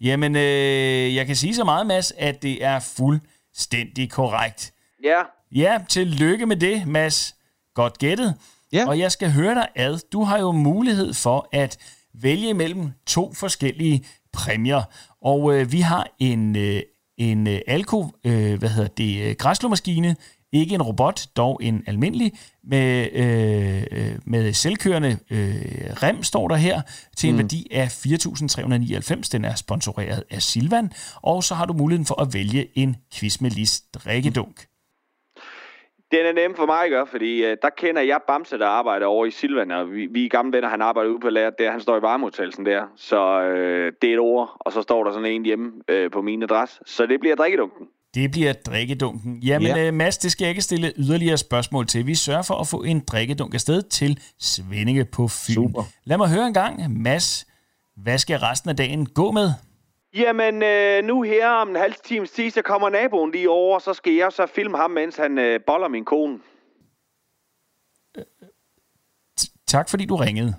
Speaker 3: Jamen, øh, jeg kan sige så meget, Mads, at det er fuldstændig korrekt.
Speaker 9: Ja,
Speaker 3: Ja, tillykke med det, Mads. Godt gættet.
Speaker 2: Ja.
Speaker 3: Og jeg skal høre dig ad. Du har jo mulighed for at vælge mellem to forskellige præmier. Og øh, vi har en, øh, en øh, Alco, øh, hvad hedder det, øh, græslåmaskine, ikke en robot, dog en almindelig, med, øh, øh, med selvkørende øh, rem, står der her, til en mm. værdi af 4.399. Den er sponsoreret af Silvan. Og så har du muligheden for at vælge en quiz med Lis drikkedunk.
Speaker 9: den er nem for mig, ikke? Fordi øh, der kender jeg Bamse, der arbejder over i Silvan, og vi, vi er gamle venner, han arbejder ude på lageret der, han står i varmeudtagelsen der. Så øh, det er et ord, og så står der sådan en hjemme øh, på min adresse. Så det bliver drikkedunken.
Speaker 3: Det bliver drikkedunken. Jamen,
Speaker 2: Ja.
Speaker 3: ja. øh, Mads, det skal jeg ikke stille yderligere spørgsmål til. Vi sørger for at få en drikkedunk afsted til Svendinge på Fyn. Super. Lad mig høre en gang, Mads, hvad skal resten af dagen gå med?
Speaker 9: Jamen, øh, nu her om en halv times tid, så kommer naboen lige over, så skal jeg så filme ham, mens han øh, boller min kone.
Speaker 3: T- tak, fordi du ringede.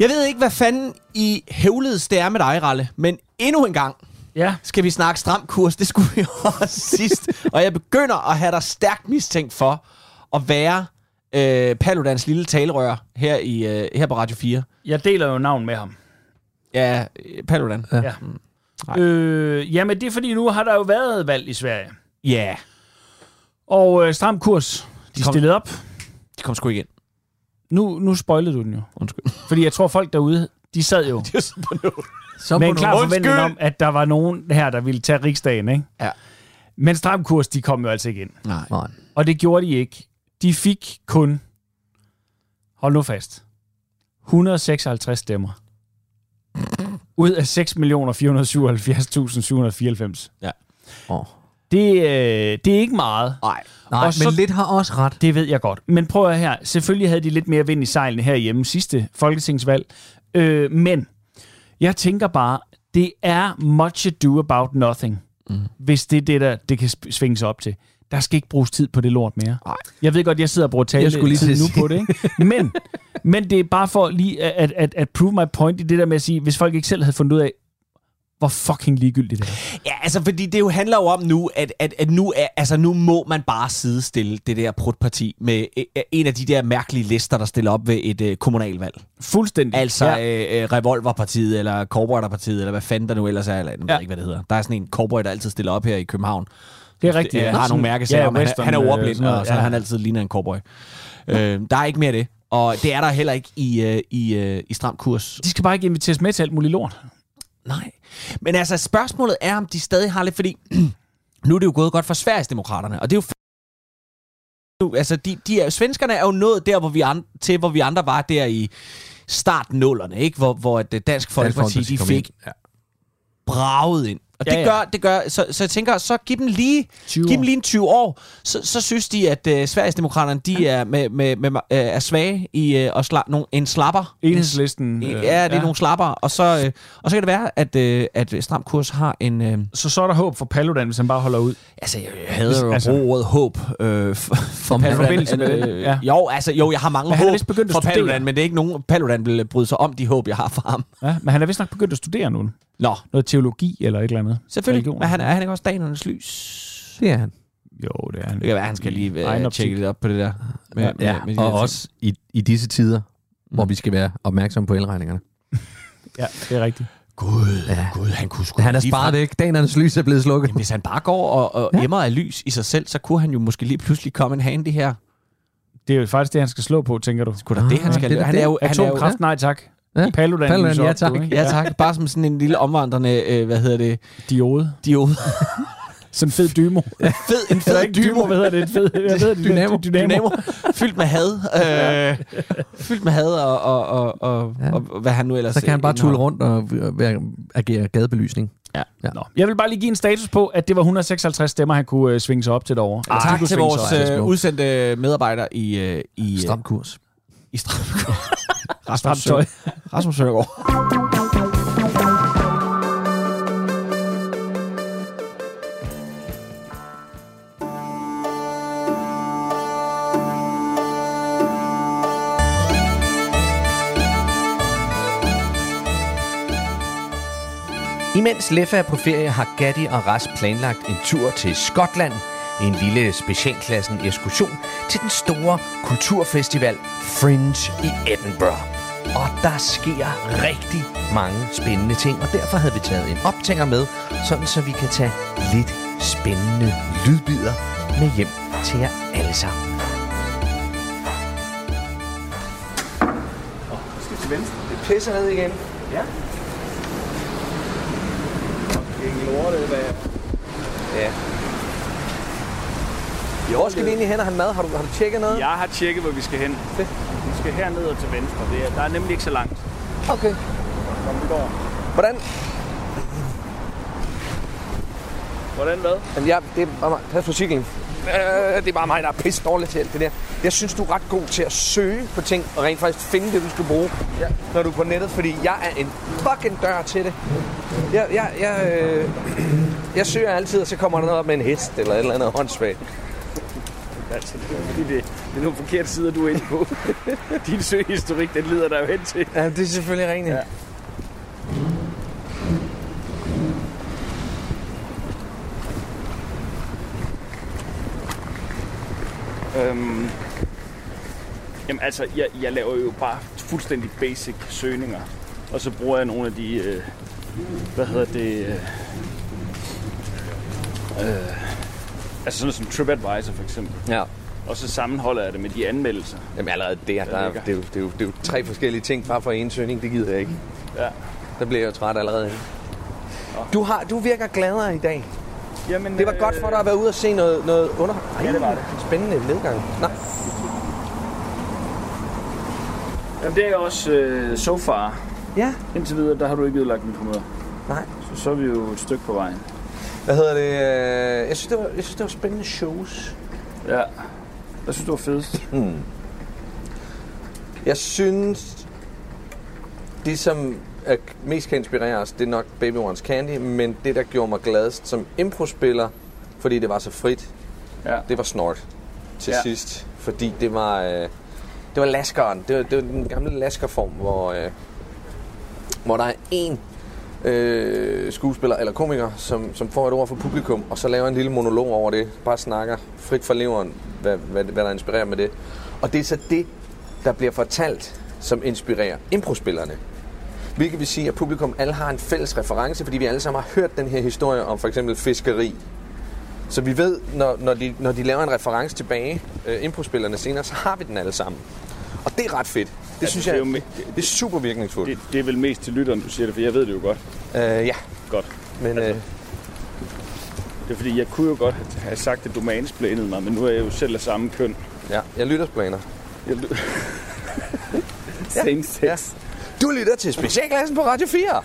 Speaker 2: Jeg ved ikke, hvad fanden i hævledes det er med dig, Ralle, men endnu en gang
Speaker 10: Ja.
Speaker 2: skal vi snakke stram kurs. Det skulle vi også sidst. Og jeg begynder at have dig stærkt mistænkt for at være øh, Paludans lille talerør her, i, øh, her på Radio 4.
Speaker 10: Jeg deler jo navn med ham.
Speaker 2: Ja, øh, Paludan. Ja.
Speaker 10: Ja. Øh, jamen, det er fordi, nu har der jo været valg i Sverige.
Speaker 2: ja,
Speaker 10: Og øh, stram kurs, de
Speaker 2: Kom.
Speaker 10: stillede op.
Speaker 2: de kom sgu ikke ind.
Speaker 10: Nu, nu spoilede du den jo.
Speaker 2: Undskyld.
Speaker 10: Fordi jeg tror, folk derude, de sad jo
Speaker 4: Så
Speaker 10: med
Speaker 4: på
Speaker 10: en
Speaker 4: nogle-
Speaker 10: klar
Speaker 2: Undskyld!
Speaker 10: forventning om, at der var nogen her, der ville tage riksdagen, ikke?
Speaker 2: Ja.
Speaker 10: Men stram kurs, de kom jo altså ikke ind.
Speaker 2: Nej.
Speaker 4: Nej.
Speaker 10: Og det gjorde de ikke. De fik kun, hold nu fast, 156 stemmer. Ud af 6.477.794.
Speaker 2: Ja.
Speaker 4: Åh.
Speaker 10: Det, øh, det er ikke meget.
Speaker 2: Nej.
Speaker 4: Nej,
Speaker 10: Og
Speaker 4: men
Speaker 10: så-
Speaker 4: lidt har også ret.
Speaker 10: Det ved jeg godt. Men prøv at høre her. Selvfølgelig havde de lidt mere vind i sejlene herhjemme sidste folketingsvalg. Øh, men jeg tænker bare,
Speaker 2: Mhm.
Speaker 10: det er much ado about nothing, mm. hvis det er det, der, det kan sp- svinges op til.
Speaker 3: Der skal ikke bruges tid på det lort mere. Nej. Jeg ved godt, jeg sidder og bruger tale
Speaker 4: Jeg skulle lige
Speaker 3: tid
Speaker 4: til at
Speaker 3: nu på det, ikke? Men, men det er bare for lige at, at, at prove my point i det der med at sige, hvis folk ikke selv havde fundet ud af, hvor fucking ligegyldigt det er.
Speaker 2: Ja, altså, fordi det jo handler jo om nu, at, at, at nu, er, altså, nu må man bare sidestille det der prutparti med øh, øh, en af de der mærkelige lister, der stiller op ved et øh, kommunalvalg.
Speaker 3: Fuldstændig.
Speaker 2: Altså
Speaker 3: Ja.
Speaker 2: ja. øh, øh, Revolverpartiet, eller Corporaterpartiet, eller hvad fanden der nu ellers er. Eller, jeg ved
Speaker 3: Ja.
Speaker 2: ikke, hvad det hedder. Der er sådan en cowboy, der altid stiller op her i København.
Speaker 3: Det er rigtigt,
Speaker 2: Øh,
Speaker 3: ja.
Speaker 2: har nogle
Speaker 3: Sådan-
Speaker 2: mærkesager.
Speaker 3: ja,
Speaker 2: Ja, han, er-
Speaker 3: western,
Speaker 2: han er
Speaker 3: øh,
Speaker 2: ordblind,
Speaker 3: sådan noget,
Speaker 2: og så er
Speaker 3: ja.
Speaker 2: han altid ligner en cowboy. Øh, der er ikke mere af det. Og det er der heller ikke i, øh, i, øh, i stram kurs.
Speaker 3: De skal bare ikke inviteres med til alt muligt lort.
Speaker 2: Nej. Men altså, spørgsmålet er, om de stadig har lidt, fordi nu er det jo gået godt for Sverigesdemokraterne, og det er jo f- nu, altså, de, de er, svenskerne er jo nået der, hvor vi andre, til, hvor vi andre var der i startnullerne, ikke? Hvor, hvor at, øh, Dansk Folkeparti, Dansk de fik
Speaker 4: Ja.
Speaker 2: braget ind. Og det
Speaker 3: Ja, ja.
Speaker 2: gør, det gør så, så jeg tænker, så giv dem lige,
Speaker 3: 20
Speaker 2: giv dem
Speaker 3: år.
Speaker 2: lige en 20 år, så, så synes de, at øh, Sverigesdemokraterne, de er, med, med, med, øh, er svage i øh, og sla, nogen, en slapper.
Speaker 3: Enhedslisten. øh,
Speaker 2: Ja, det er ja. nogle slapper. Og så, øh, og så kan det være, at, øh, at Stram Kurs har en... Øh,
Speaker 3: Så så er der håb for Paludan, hvis han bare holder ud.
Speaker 2: altså, jeg hader jo
Speaker 3: Altså-
Speaker 2: altså, ordet håb øh, for, for Paludan.
Speaker 3: forbindelse med
Speaker 2: At,
Speaker 3: det, ja.
Speaker 2: Jo, altså, jo, jeg har mange
Speaker 3: Men han er
Speaker 2: håb
Speaker 3: vist begyndt at
Speaker 2: for
Speaker 3: studere.
Speaker 2: Paludan, men det er ikke nogen, Paludan vil øh, bryde sig om de håb, jeg har for ham.
Speaker 3: Ja, men han er vist nok begyndt at studere nu.
Speaker 2: Nå,
Speaker 3: Noget teologi eller et eller andet.
Speaker 2: selvfølgelig.
Speaker 3: Religion.
Speaker 2: Men han er, han ikke også danernes lys?
Speaker 4: Det er han.
Speaker 3: Jo, det er han.
Speaker 2: Det kan være, han skal lige øh,
Speaker 3: Egenoptik.
Speaker 2: tjekke lidt op på det der. Med, ja, med, med de
Speaker 4: og
Speaker 2: der
Speaker 4: også i, i disse tider, hvor vi skal være opmærksomme på elregningerne.
Speaker 3: Ja, det er rigtigt.
Speaker 2: ting. Gud, ja. Gud, han kunne sgu
Speaker 4: Han er
Speaker 2: lige
Speaker 4: sparet væk. Danernes lys er blevet slukket.
Speaker 2: Hvis han bare går og, og ja. emmer af lys i sig selv, så kunne han jo måske lige pludselig komme en handy her.
Speaker 3: Det er jo faktisk det, han skal slå på, tænker du. Ah.
Speaker 2: Kunne da det, han skal
Speaker 4: Mm-hmm. det er da
Speaker 2: han
Speaker 4: det.
Speaker 2: er jo, han er jo,
Speaker 3: Atomkraft, nej tak.
Speaker 4: Ja.
Speaker 3: Paludan,
Speaker 4: Paludan,
Speaker 3: lyser
Speaker 4: ja
Speaker 3: op,
Speaker 4: tak.
Speaker 3: du, ikke?
Speaker 2: Ja tak, bare som sådan en lille omvandrende, øh, hvad hedder det,
Speaker 3: Diode.
Speaker 2: diode.
Speaker 3: Sådan en fed dymo.
Speaker 2: fed, en
Speaker 3: Eller
Speaker 2: fed
Speaker 3: ikke dymo,
Speaker 2: dynamo,
Speaker 3: hvad hedder det? En fed, hvad hedder det?
Speaker 4: Dynamo.
Speaker 2: dynamo, fyldt med had. Øh, fyldt med had og, og, og, og, ja.
Speaker 4: Ja.
Speaker 2: og, og hvad han nu ellers øh,
Speaker 4: Så kan han bare tulle
Speaker 2: indeholder.
Speaker 4: rundt og, og være- agere gadebelysning.
Speaker 3: Nå. Jeg vil bare lige give en status på, at det var 156 stemmer, han kunne øh, svinge sig op til derovre. Altså,
Speaker 2: Ah,
Speaker 3: Eller de
Speaker 2: tak
Speaker 3: kunne
Speaker 2: til
Speaker 3: svinge sig op.
Speaker 2: vores øh, udsendte medarbejdere i, øh, i, øh,
Speaker 4: Stram kurs.
Speaker 2: i Stram.
Speaker 3: Stramt tøj.
Speaker 2: Rasmus Søndergaard.
Speaker 11: Imens Leffe er på ferie, har Gatti og Ras planlagt en tur til Skotland. En lille specialklassen ekskursion til den store kulturfestival Fringe i Edinburgh. Og der sker rigtig mange spændende ting, og derfor havde vi taget en optænger med, sådan så vi kan tage lidt spændende lydbider med hjem til jer alle sammen.
Speaker 12: Hvor skal vi egentlig hen og have mad? Har du, har du tjekket noget?
Speaker 13: Jeg har tjekket, hvor vi skal hen. Vi skal herned og til venstre. Det er, der er nemlig ikke så langt.
Speaker 12: Okay.
Speaker 13: Kom, vi går.
Speaker 12: Hvordan?
Speaker 13: Hvordan hvad?
Speaker 12: Jamen, jeg, det er bare mig. Pas på cyklen. Øh, det er bare mig, der er pisse dårlig til alt det der. Jeg synes, du er ret god til at søge på ting og rent faktisk finde det, du skal bruge, ja. når du er på nettet. Fordi jeg er en fucking dør til det. Jeg, jeg, jeg, øh, jeg søger altid, og så kommer der noget op med en hest eller et eller andet håndsvagt.
Speaker 13: Altså, det er fordi, det, det er nogle forkerte sider, du er inde på. Din søgehistorik, den lider der jo hen til.
Speaker 12: Ja, det er selvfølgelig rigtigt. Ja.
Speaker 13: Øhm, jamen altså, jeg, jeg laver jo bare fuldstændig basic søgninger. Og så bruger jeg nogle af de, øh, hvad hedder det, øh, øh, altså sådan noget som TripAdvisor for eksempel.
Speaker 12: ja.
Speaker 13: Og så sammenholder jeg det med de anmeldelser.
Speaker 12: Jamen allerede der, der er, det, er jo, det, er jo, det er jo tre forskellige ting bare for en søgning, det gider jeg ikke.
Speaker 13: Ja.
Speaker 12: Der bliver jeg jo træt allerede. Du, har, du virker gladere i dag.
Speaker 13: Jamen, øh,
Speaker 12: Det var godt for dig at være ude og se noget, noget under... Ej,
Speaker 13: Ja, det var det.
Speaker 12: en Spændende nedgang. Nej.
Speaker 13: Jamen, det er også øh, so far.
Speaker 12: Ja.
Speaker 13: Indtil videre, der har du ikke ødelagt min humør.
Speaker 12: Nej.
Speaker 13: Så, så er vi jo et stykke på vejen.
Speaker 12: Hvad hedder det? øh, Jeg synes, det var, jeg synes, det var spændende shows.
Speaker 13: Ja. Jeg synes, det var fedest.
Speaker 12: Hmm. Jeg synes... Det, som er mest kan inspirere os, det er nok Baby One's Candy, men det, der gjorde mig gladest som improspiller, fordi det var så frit,
Speaker 5: Ja.
Speaker 12: Det var Snort til
Speaker 5: Ja.
Speaker 12: ja. sidst, fordi det var, øh, det var laskeren. Det var, det var den gamle laskerform, hvor, øh, hvor der er en øh, skuespiller eller komiker, som, som får et ord fra publikum, og så laver en lille monolog over det. Bare snakker frit fra leveren, hvad, hvad, hvad der inspirerer med det. Og det er så det, der bliver fortalt, som inspirerer improspillerne. Hvilket vil sige, at publikum alle har en fælles reference, fordi vi alle sammen har hørt den her historie om for eksempel fiskeri. Så vi ved, når, når, de, når de laver en reference tilbage, øh, improspillerne senere, så har vi den alle sammen. Og det er ret fedt. Det
Speaker 5: Ja,
Speaker 12: synes
Speaker 5: det er
Speaker 12: jeg,
Speaker 5: jo me-
Speaker 12: det er super virkningsfuldt.
Speaker 5: Det, det er vel mest til lytteren, du siger det, for jeg ved det jo godt.
Speaker 12: Øh, ja.
Speaker 5: Godt.
Speaker 12: Men, altså, øh...
Speaker 5: Det er fordi, jeg kunne jo godt have sagt, at du mansplænede mig, men nu er jeg jo selv af samme køn.
Speaker 12: Ja, jeg lytter planer.
Speaker 5: Jeg ly- Same sex. Ja.
Speaker 12: Du lytter til Specialklassen på Radio 4.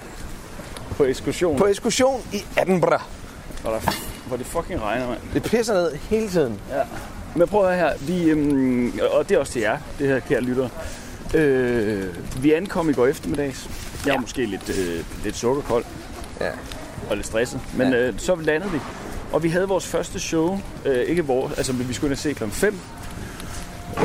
Speaker 5: På ekskursion.
Speaker 12: På ekskursion i Edinburgh.
Speaker 5: Hvor, der, hvor det fucking regner, mand.
Speaker 12: Det pisser ned hele tiden.
Speaker 5: Ja. Men prøv at høre her. Vi, øhm, og det er også til jer, det her kære lytter. Øh, vi ankom i går eftermiddags. Jeg er måske lidt, øh, lidt sukkerkold.
Speaker 12: Ja.
Speaker 5: Og lidt stresset. Men
Speaker 12: Ja.
Speaker 5: øh, så landede vi. Og vi havde vores første show. Øh, ikke vores, altså vi skulle ind og se klokken 5.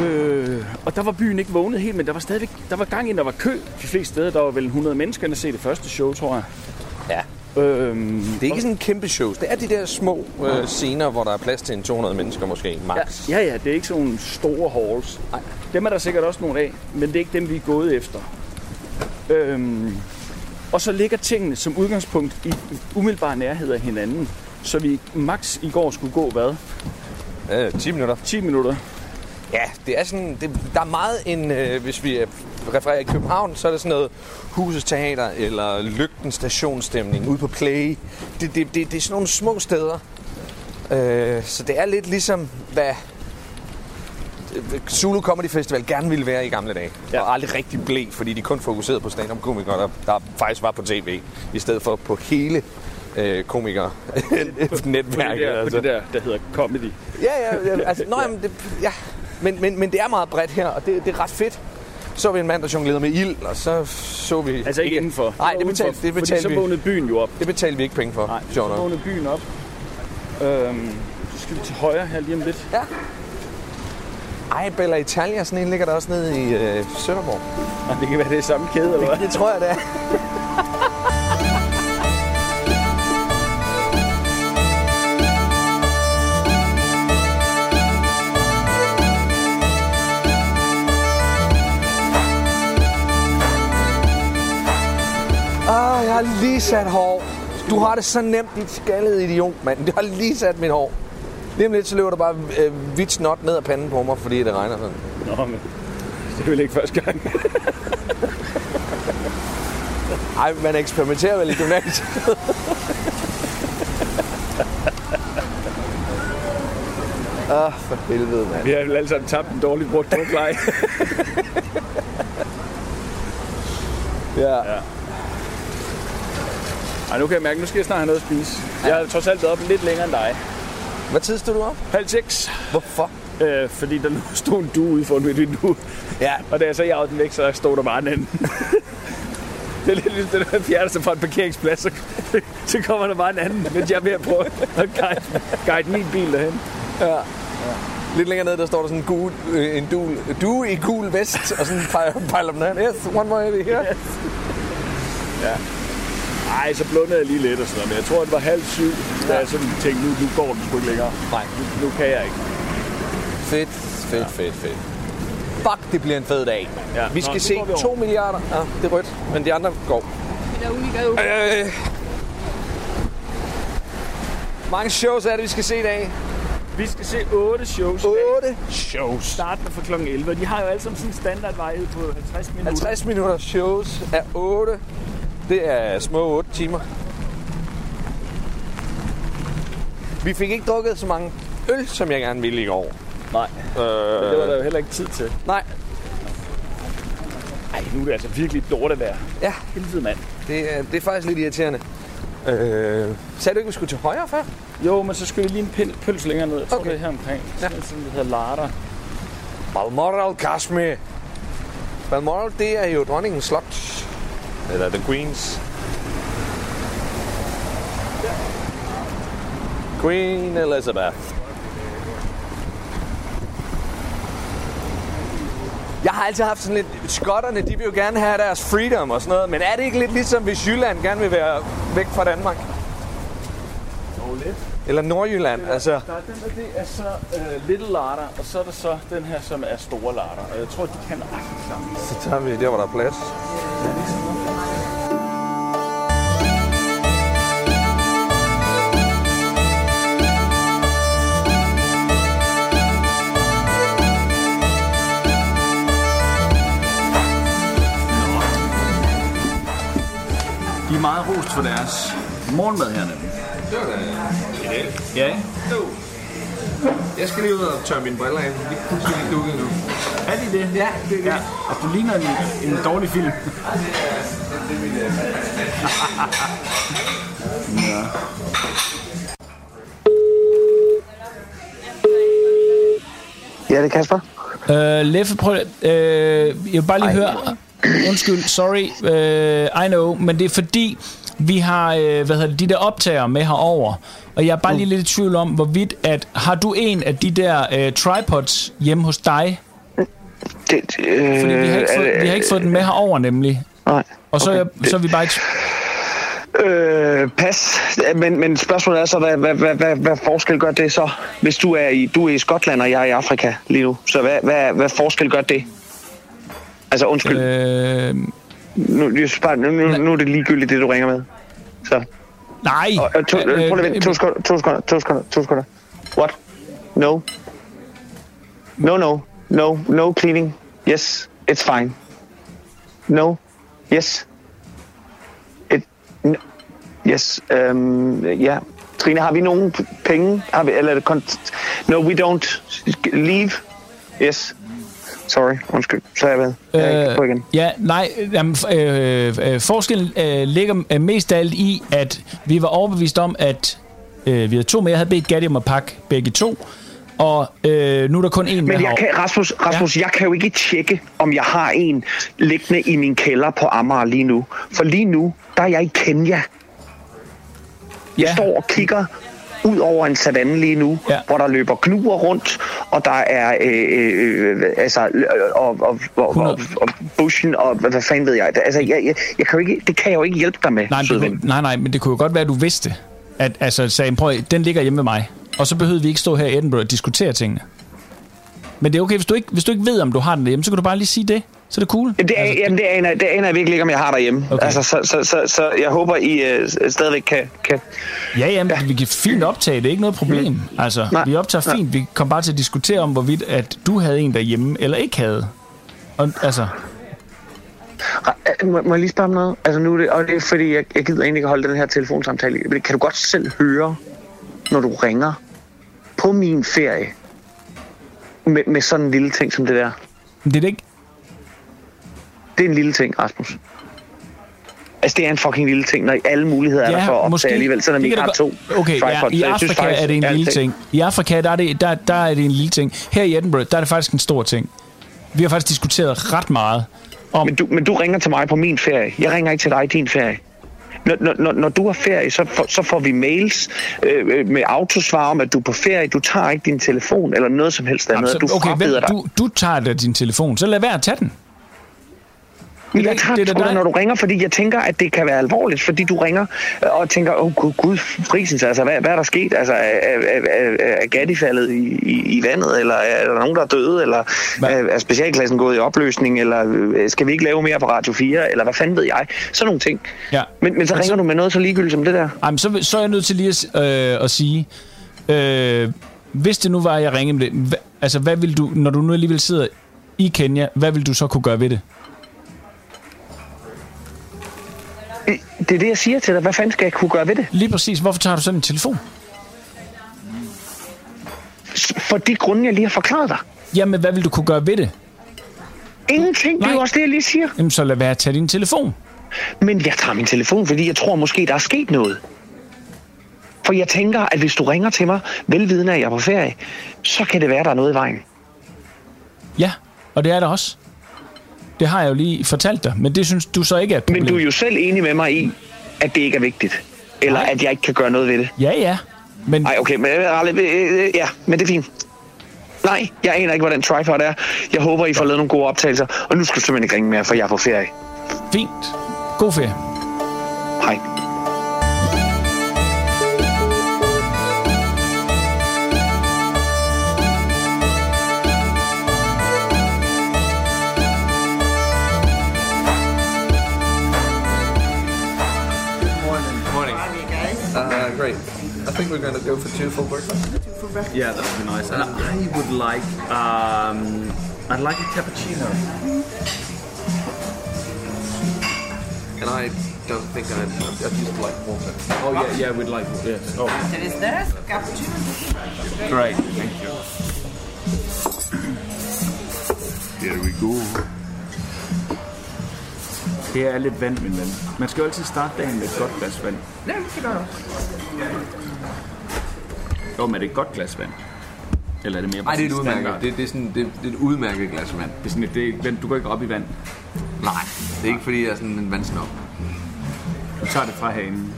Speaker 5: Øh, og der var byen ikke vågnet helt, men der var stadigvæk der var gang ind, der var kø. De fleste steder, der var vel 100 mennesker inde at se det første show, tror jeg.
Speaker 12: Ja.
Speaker 5: Øhm,
Speaker 12: det er ikke sådan kæmpe shows. Det er de der små øh, scener, hvor der er plads til en 200 mennesker måske, max.
Speaker 5: Ja, ja, ja, det er ikke sådan nogle store halls. Nej. Dem er der sikkert også nogle af, men det er ikke dem, vi er gået efter. Øhm, og så ligger tingene som udgangspunkt i umiddelbar nærhed af hinanden. Så vi max i går skulle gå hvad?
Speaker 12: Øh, 10 minutter.
Speaker 5: 10 minutter.
Speaker 12: Ja, det er sådan, det, der er meget en, øh, hvis vi øh, refererer i København, så er det sådan noget husets teater eller lygten stationsstemning ude på play. Det, det, det, det er sådan nogle små steder. Øh, så det er lidt ligesom, hvad øh, Zulu Comedy Festival gerne ville være i gamle dage. Ja. Og aldrig rigtig blev, fordi de kun fokuserede på stand-up komikere, der, der faktisk var på tv, i stedet for på hele øh, komikere
Speaker 5: På det,
Speaker 12: netværket.
Speaker 5: der, altså. på det der, der hedder comedy.
Speaker 12: Ja, ja, ja altså, nå, jamen, det, ja. Men, men, men det er meget bredt her, og det, det er ret fedt. Så vi en mand, der jonglerede med ild, og så så vi...
Speaker 5: Altså ikke indenfor.
Speaker 12: Nej, det
Speaker 5: Udenfor,
Speaker 12: betalte, det
Speaker 5: fordi så
Speaker 12: betalte vi.
Speaker 5: vågnede byen jo op.
Speaker 12: Det betalte vi ikke penge for, Nej, sjovt
Speaker 5: Så
Speaker 12: nok.
Speaker 5: vågnede byen op. Øhm, så skal vi til højre her lige om lidt.
Speaker 12: Ja. Ej, Bella Italia, sådan en ligger der også nede i øh, Sønderborg.
Speaker 5: Og det kan være det er samme kæde, eller hvad?
Speaker 12: Det, det tror jeg, det er. Ah, jeg har lige sat hår. Du har det så nemt, dit skaldede idiot, mand. Jeg har lige sat mit hår. Lige om lidt, så løber der bare øh, vidt snot ned ad panden på mig, fordi det regner sådan.
Speaker 5: Nå, men det er vel ikke første gang.
Speaker 12: Ej, man eksperimenterer vel i gymnasiet. Ah, for helvede, mand.
Speaker 5: Vi har vel alle sammen tabt en dårlig brugt bundpleje.
Speaker 12: ja.
Speaker 5: ja. Ej, nu kan jeg mærke, nu skal jeg snart have noget at spise. Jeg har trods alt været op lidt længere end dig.
Speaker 12: Hvad tid stod du op?
Speaker 5: Halv seks.
Speaker 12: Hvorfor?
Speaker 5: Øh, fordi der stod en due ude foran mit vindue.
Speaker 12: Ja.
Speaker 5: Og da jeg så jagede den væk, så stod der bare en anden. Det er lidt ligesom, når man fjerner sig fra en parkeringsplads, så, så kommer der bare en anden, mens jeg er ved at prøve at guide, guide min bil derhen.
Speaker 12: Ja. Lidt længere nede, der står der sådan en, gul, øh, en dul, du i gul vest, og sådan pejler pejler den her. Yes, one more over here. Yes.
Speaker 5: Ja. Ej, så blundede jeg lige lidt og sådan noget, men jeg tror, det var halv syv, da jeg sådan tænkte, nu, nu går den sgu ikke længere.
Speaker 12: Nej.
Speaker 5: Nu, nu kan jeg ikke.
Speaker 12: Fedt, fedt, ja. fedt, fedt. Fuck, det bliver en fed dag.
Speaker 5: Ja.
Speaker 12: Vi skal
Speaker 5: Nå, nu
Speaker 12: se
Speaker 5: går vi over.
Speaker 12: 2 milliarder. Ja, det er rødt, men de andre går. Øh, mange shows er det, vi skal se i dag.
Speaker 5: Vi skal se otte shows.
Speaker 12: 8 shows.
Speaker 5: Starten fra kl. 11, og de har jo alle sammen sådan en standardvejhed på 50 minutter.
Speaker 12: 50 minutter shows er 8. Det er små 8 timer. Vi fik ikke drukket så mange øl, som jeg gerne ville i går.
Speaker 5: Nej,
Speaker 12: Øh,
Speaker 5: men det var der jo heller ikke tid til.
Speaker 12: Nej,
Speaker 5: Ej, nu er det altså virkelig dårligt vejr.
Speaker 12: Ja.
Speaker 5: Helvede, mand.
Speaker 12: det er, det er faktisk lidt irriterende. Øh, sagde du ikke, vi skulle til højre før?
Speaker 5: Jo, men så skal vi lige en pil- pøls længere ned. Jeg tror, okay. det er her omkring. Ja. Sådan, sådan, det hedder Larder.
Speaker 12: Balmoral Kashmir. Balmoral, det er jo dronningens slot. Eller The Queen's. Queen Elizabeth. Jeg har altid haft sådan lidt, skotterne de vil jo gerne have deres freedom og sådan noget, men er det ikke lidt ligesom, hvis Jylland gerne vil være væk fra Danmark? Eller Nordjylland, altså.
Speaker 13: Der er den der, det er så øh, little larder, og så er der så den her, som er store larder. Og jeg tror, de kan akkurat sammen.
Speaker 12: Så tager vi der, hvor der er plads.
Speaker 13: De er meget rost for deres morgenmad hernede.
Speaker 12: Det var da ideelt.
Speaker 13: Ja, ikke?
Speaker 12: Jeg skal lige ud og tørre mine briller af. De er pludselig lige dukket nu.
Speaker 13: Er de det? Ja, det er det. Ja. Og du ligner en, en dårlig film. ja.
Speaker 3: Ja, det er Kasper. Øh, Leffe, prøv, øh, jeg vil bare lige Ej. høre. Undskyld, sorry, øh, I know, men det er fordi, vi har øh, hvad hedder det, de der optager med herover, og jeg er
Speaker 9: Mm.
Speaker 3: bare lige lidt i tvivl om, hvorvidt, at har du en af de der øh, tripods hjemme hos dig?
Speaker 9: Det, øh,
Speaker 3: Fordi vi har ikke fået, vi har ikke fået den med herover nemlig.
Speaker 9: Nej.
Speaker 3: Og så, okay. er, så er vi bare i
Speaker 9: Øh, pas. Men, men spørgsmålet er så, hvad, hvad, hvad, hvad, hvad forskel gør det så, hvis du er, i, du er i Skotland, og jeg er i Afrika lige nu? Så hvad, hvad, hvad forskel gør det? Altså, undskyld.
Speaker 3: Øh...
Speaker 9: Nu, jeg synes bare, nu, nu, nu er det ligegyldigt, det du ringer med. Så.
Speaker 3: Nej.
Speaker 9: Og, og to, øh, prøv lige at vente. To sekunder, to sekunder, to sekunder, to sekunder. What? No. No, no. No, no cleaning. Yes, it's fine. No. Yes. It, no. Yes. Um, yeah. Trine, har vi nogen p- penge? Har vi, eller er det kont- no, we don't. Leave. Yes. Sorry, undskyld. Så er jeg ved. Jeg
Speaker 3: Øh,
Speaker 9: er på igen.
Speaker 3: Ja, nej, jamen, f- øh, øh, forskellen øh, ligger øh, mest af alt i, at vi var overbevist om, at øh, vi havde to med. Jeg havde bedt Gatti om at pakke begge to, og øh, nu er der kun en med
Speaker 9: Men jeg
Speaker 3: herovre.
Speaker 9: kan, Rasmus, Rasmus ja. jeg kan jo ikke tjekke, om jeg har en liggende i min kælder på Amager lige nu. For lige nu, der er jeg i Kenya. Jeg ja. står og kigger ud over en savanne lige nu, ja. hvor der løber gnuer rundt, og der er øh, øh, øh, altså, øh, og, og, og, og, og bushen, og hvad hvad fanden ved jeg. Altså, jeg, jeg, jeg kan jo ikke, det kan jeg jo ikke hjælpe dig med.
Speaker 3: Nej,
Speaker 9: søde
Speaker 3: men,
Speaker 9: ven.
Speaker 3: det, nej, nej, men det kunne jo godt være, at du vidste, at altså, sagen, prøv, at- den ligger hjemme ved mig. Og så behøvede vi ikke stå her i Edinburgh og diskutere tingene. Men det er okay, hvis du ikke, hvis du ikke ved, om du har den derhjemme, så kan du bare lige sige det. Så er det cool.
Speaker 9: Jamen, det, er, jamen, det, aner, det aner jeg virkelig ikke, om jeg har derhjemme. Altså, Okay. Altså, så, så, så, så jeg håber, I øh, stadigvæk kan, kan...
Speaker 3: Ja, jamen, ja. vi kan fint optage, det er ikke noget problem. Mm. Altså, Nej. vi optager fint. Vi kom bare til at diskutere om, hvorvidt at du havde en derhjemme, eller ikke havde. Og, altså,
Speaker 9: Ra- Øh, Må, må jeg lige spørge om noget? Altså, nu er det, og det er fordi, jeg, jeg gider egentlig ikke holde den her telefonsamtale. i. Men Kan du godt selv høre, når du ringer på min ferie, med, med sådan en lille ting som det der?
Speaker 3: Det er det ikke.
Speaker 9: Det er en lille ting, Rasmus. Altså, det er en fucking lille ting, når alle muligheder er der for at opdage alligevel, selvom vi
Speaker 3: Det kan
Speaker 9: ikke har
Speaker 3: da
Speaker 9: to.
Speaker 3: godt- Okay, ja,
Speaker 9: tripods.
Speaker 3: i
Speaker 9: Så jeg
Speaker 3: Afrika
Speaker 9: synes faktisk,
Speaker 3: er det en
Speaker 9: det er en
Speaker 3: lille ting.
Speaker 9: ting.
Speaker 3: I Afrika der er, det, der, der er det en lille ting. Her i Edinburgh, der er det faktisk en stor ting. Vi har faktisk diskuteret ret meget om...
Speaker 9: Men du, men du ringer til mig på min ferie. Jeg ringer ikke til dig i din ferie. Når, når, når, når du har ferie, så, får, så får vi mails øh, øh, med autosvar om, at du er på ferie. Du tager ikke din telefon eller noget som helst andet. Du
Speaker 3: okay,
Speaker 9: frabeder dig.
Speaker 3: du, du tager da din telefon, så lad være at tage den.
Speaker 9: Men jeg tager det
Speaker 3: er da dig.
Speaker 9: når du ringer, fordi jeg tænker, at det kan være alvorligt, fordi du ringer øh, og tænker, åh oh, gud, gud frisens, altså hvad, hvad er der sket? Altså er, er, er, er- er Gatti faldet i, i, i vandet, eller er der nogen, der er døde, eller er, er specialklassen gået i opløsning, eller øh, skal vi ikke lave mere på Radio 4, eller hvad fanden ved jeg? Sådan nogle ting.
Speaker 3: Ja.
Speaker 9: Men, men så ringer du med noget så ligegyldigt som det der.
Speaker 3: Ej, men så, vil- så er jeg nødt til lige at, s- øh, at sige, øh, hvis det nu var, at jeg ringede med det, hva, altså hvad vil du, når du nu alligevel sidder i Kenya, hvad vil du så kunne gøre ved det?
Speaker 9: Det er det, jeg siger til dig. Hvad fanden skal jeg kunne gøre ved det?
Speaker 3: Lige præcis, hvorfor tager du sådan en telefon?
Speaker 9: For de grunde, jeg lige har forklaret dig.
Speaker 3: Jamen, hvad vil du kunne gøre ved det?
Speaker 9: Ingenting, det er jo også det, jeg lige siger.
Speaker 3: Jamen, så lad være at tage din telefon.
Speaker 9: Men jeg tager min telefon, fordi jeg tror måske, der er sket noget. For jeg tænker, at hvis du ringer til mig, velvidende at jeg er på ferie, så kan det være, der er noget i vejen.
Speaker 3: Ja, og det er der også. Det har jeg jo lige fortalt dig, men det synes du så ikke er et problem.
Speaker 9: Men du er jo selv enig med mig i, at det ikke er vigtigt. Eller at jeg ikke kan gøre noget ved det.
Speaker 3: Ja, ja. Men...
Speaker 9: Ej, okay, men, øh, øh, øh, ja, men det er fint. Nej, jeg aner ikke, hvordan tripod er. Jeg håber, I får lavet nogle gode optagelser. Og nu skal du simpelthen ikke ringe mere, for jeg er på ferie.
Speaker 14: Fint. God ferie.
Speaker 9: Hej.
Speaker 4: Morning. Uh, great. I think we're going to go for two full breakfast. Yeah, that would be nice. And I would like, um, I'd like a cappuccino.
Speaker 15: And I don't think I have used like water. Oh yeah, yeah, we'd like water. Yes. Oh,
Speaker 16: There is there cappuccino.
Speaker 4: Great, thank you.
Speaker 3: Here we go. Det er lidt vand, min ven. Man skal jo altid starte dagen med et godt glas vand.
Speaker 4: No, you can ask.
Speaker 3: Jo, men er det et godt glas vand? Eller er det mere
Speaker 4: Ej, det er et udmærket.
Speaker 3: Det, det, er sådan, det, det er et udmærket glas vand. Det er sådan, et- det, er- men du går ikke op i vand? Nej, det er ikke fordi, jeg er sådan en vandsnop. Du tager det fra hanen.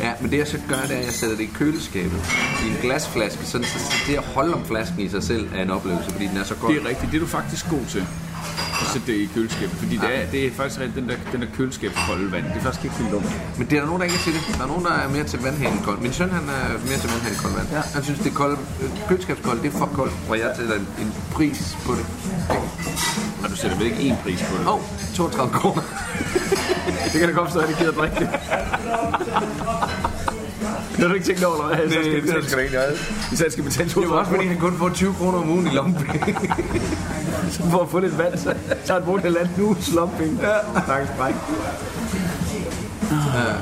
Speaker 4: Ja, men det jeg så gør, det er, at jeg sætter det i køleskabet i en glasflaske, sådan så så det at holde om flasken i sig selv er en oplevelse, fordi den er så god.
Speaker 3: Det er rigtigt, det er du faktisk god til. At sætte det i køleskabet, fordi det er, det er faktisk rigtigt, den der, den der køleskabskolde vand. Det er faktisk ikke helt dumt.
Speaker 4: Men det er der nogen, der ikke er til det. Der er nogen, der er mere til vandhanekold. Min søn, han er mere til vandhanekold vand. Ja. Han synes, det er kolde, øh, køleskabskoldt, det er for koldt, hvor jeg sætter en, en pris på det.
Speaker 3: Og du sætter vel ikke én pris på det?
Speaker 4: Åh, oh, 32 kroner.
Speaker 3: det kan da godt forstå, at det gider drikke det. Det har du ikke tænkt over, eller hvad?
Speaker 4: Nej, det har du sgu da
Speaker 3: ikke noget. Hvis han skal betale 2
Speaker 4: Det er jo også, fordi han kun får 20 kroner om ugen i lommepenge.
Speaker 3: Så for at få lidt vand, så tager han brugt et eller andet uges lommepenge. Ja. Tak, spræk.
Speaker 4: Ja.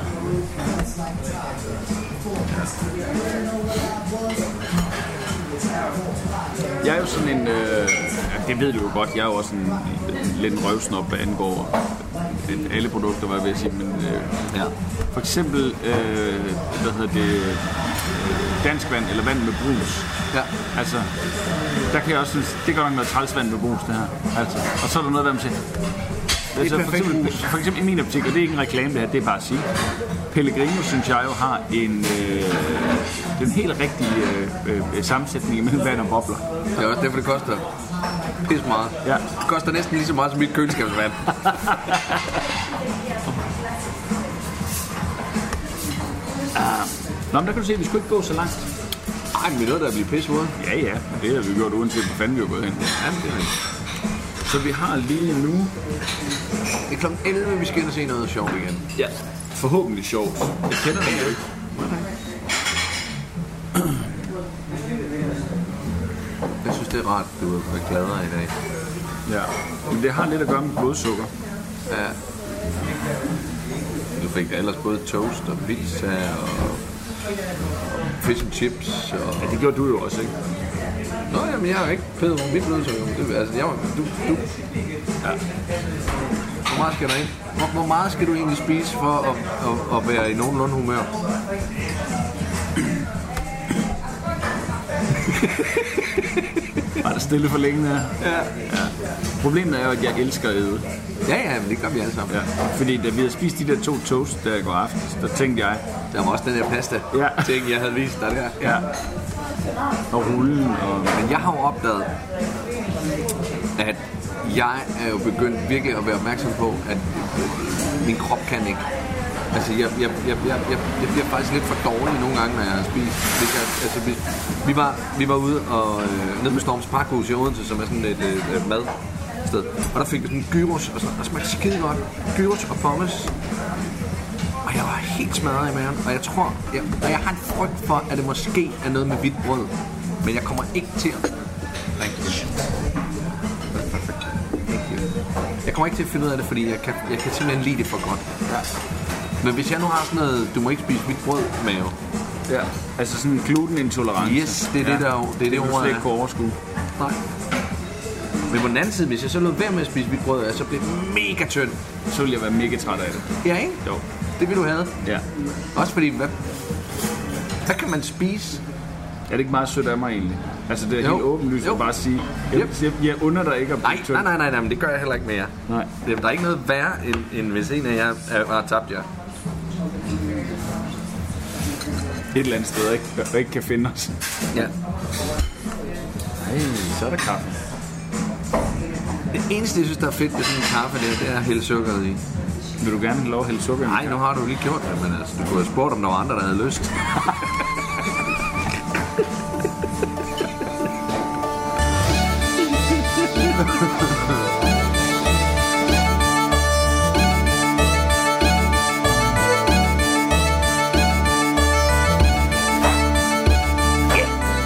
Speaker 3: Jeg er jo sådan en... Øh, ja, det ved du jo godt. Jeg er jo også en, en lidt en røvsnop, hvad angår øh, alle produkter, var jeg ved at sige. Men, øh, ja. For eksempel, øh, hvad hedder det, øh, dansk vand eller vand med brus. Ja. Altså, der kan jeg også synes, det er godt nok noget trælsvand med brus, det her. Altså, og så er der noget, der man siger,
Speaker 4: er
Speaker 3: Altså, for,
Speaker 4: perfekt
Speaker 3: eksempel, for eksempel i min optik, og det er ikke en reklame det her, det er bare at sige. Pellegrino, synes jeg jo, har en, øh, den helt rigtige øh, øh, sammensætning mellem vand og bobler.
Speaker 4: Det er også derfor, det koster pis meget.
Speaker 3: Ja.
Speaker 4: Det koster næsten lige så meget som mit køleskabsvand.
Speaker 3: Ah. Nå, men der kan du se, at vi skulle ikke gå så langt.
Speaker 4: Ej, men vi nåede da at blive pisse
Speaker 3: Ja, ja. men Det har vi gjort, uanset hvor fanden vi har gået hen. Ja, det er Så vi har lige nu...
Speaker 4: Det er kl. 11, vi skal ind og se noget sjovt igen.
Speaker 3: Ja. Forhåbentlig sjovt. Jeg kender den jo ikke.
Speaker 4: Jeg synes, det er rart, du er blevet gladere i dag.
Speaker 3: Ja. Men det har lidt at gøre med blodsukker.
Speaker 4: Ja. Du fik da ellers både toast og pizza og fish and chips. Og... Ja,
Speaker 3: det gjorde du jo også, ikke?
Speaker 4: Nå, jamen, jeg er jo ikke fed over mit blodsukker. Det, altså, jeg var, du, du...
Speaker 3: Ja.
Speaker 4: Hvor meget skal der ind? Hvor, hvor meget skal du egentlig spise for at, at, at være i nogenlunde humør?
Speaker 3: Var det stille for længe der? Ja. ja. Problemet er jo, at jeg elsker at æde.
Speaker 4: Ja, ja, men det gør vi alle sammen.
Speaker 3: Ja. Fordi da vi havde spist de der to toast, der i går aftes, der tænkte jeg...
Speaker 4: Der var også den der pasta,
Speaker 3: ja.
Speaker 4: ting, jeg havde vist dig der.
Speaker 3: Ja. Og rullen og...
Speaker 4: Men jeg har jo opdaget, at jeg er jo begyndt virkelig at være opmærksom på, at min krop kan ikke. Altså, jeg, jeg, jeg, jeg, jeg, jeg bliver faktisk lidt for dårlig nogle gange, når jeg har spist. Hvis jeg, altså, vi, vi, var, vi var ude og øh, ned på Storms Parkhus i Odense, som er sådan et øh, øh, madsted. Og der fik vi sådan en gyros, og sådan, der smagte skide godt. Gyros og pommes. Og jeg var helt smadret i maven, og jeg tror, jeg, og jeg har en frygt for, at det måske er noget med hvidt brød. Men jeg kommer ikke til at... Thank you. Jeg kommer ikke til at finde ud af det, fordi jeg kan, jeg kan simpelthen lide det for godt. Ja. Men hvis jeg nu har sådan noget, du må ikke spise mit brød, mave.
Speaker 3: Ja. Altså sådan en glutenintolerance.
Speaker 4: Yes, det er det, der er- det er det,
Speaker 3: du
Speaker 4: ordet
Speaker 3: slet
Speaker 4: er.
Speaker 3: ikke kunne overskue.
Speaker 4: Nej. Men på den anden side, hvis jeg så lod være med at spise mit brød, og jeg så blev mega tynd,
Speaker 3: så ville jeg være mega træt af det.
Speaker 4: Ja, ikke?
Speaker 3: Jo.
Speaker 4: Det vil du have.
Speaker 3: Ja.
Speaker 4: Også fordi, hvad, hvad kan man spise?
Speaker 3: Er det ikke meget sødt af mig egentlig? Altså det er
Speaker 4: Jo.
Speaker 3: helt åbenlyst at bare sige, jeg, jeg, jeg under dig ikke at blive tynd.
Speaker 4: Nej, nej, nej, nej, men det gør jeg heller ikke mere.
Speaker 3: Nej.
Speaker 4: Der er ikke noget værre, end, end hvis en af jer er- har tabt jer.
Speaker 3: Et eller andet sted, der ikke, der ikke kan finde os.
Speaker 4: Ja.
Speaker 17: Ej, så er der kaffe. Det eneste, jeg synes, der er fedt ved sådan en kaffe der, det er at hælde sukkeret i. Vil du gerne have lov at hælde sukker i Nej, nu har du lige gjort det, men altså, du kunne have spurgt, om der var andre, der havde lyst.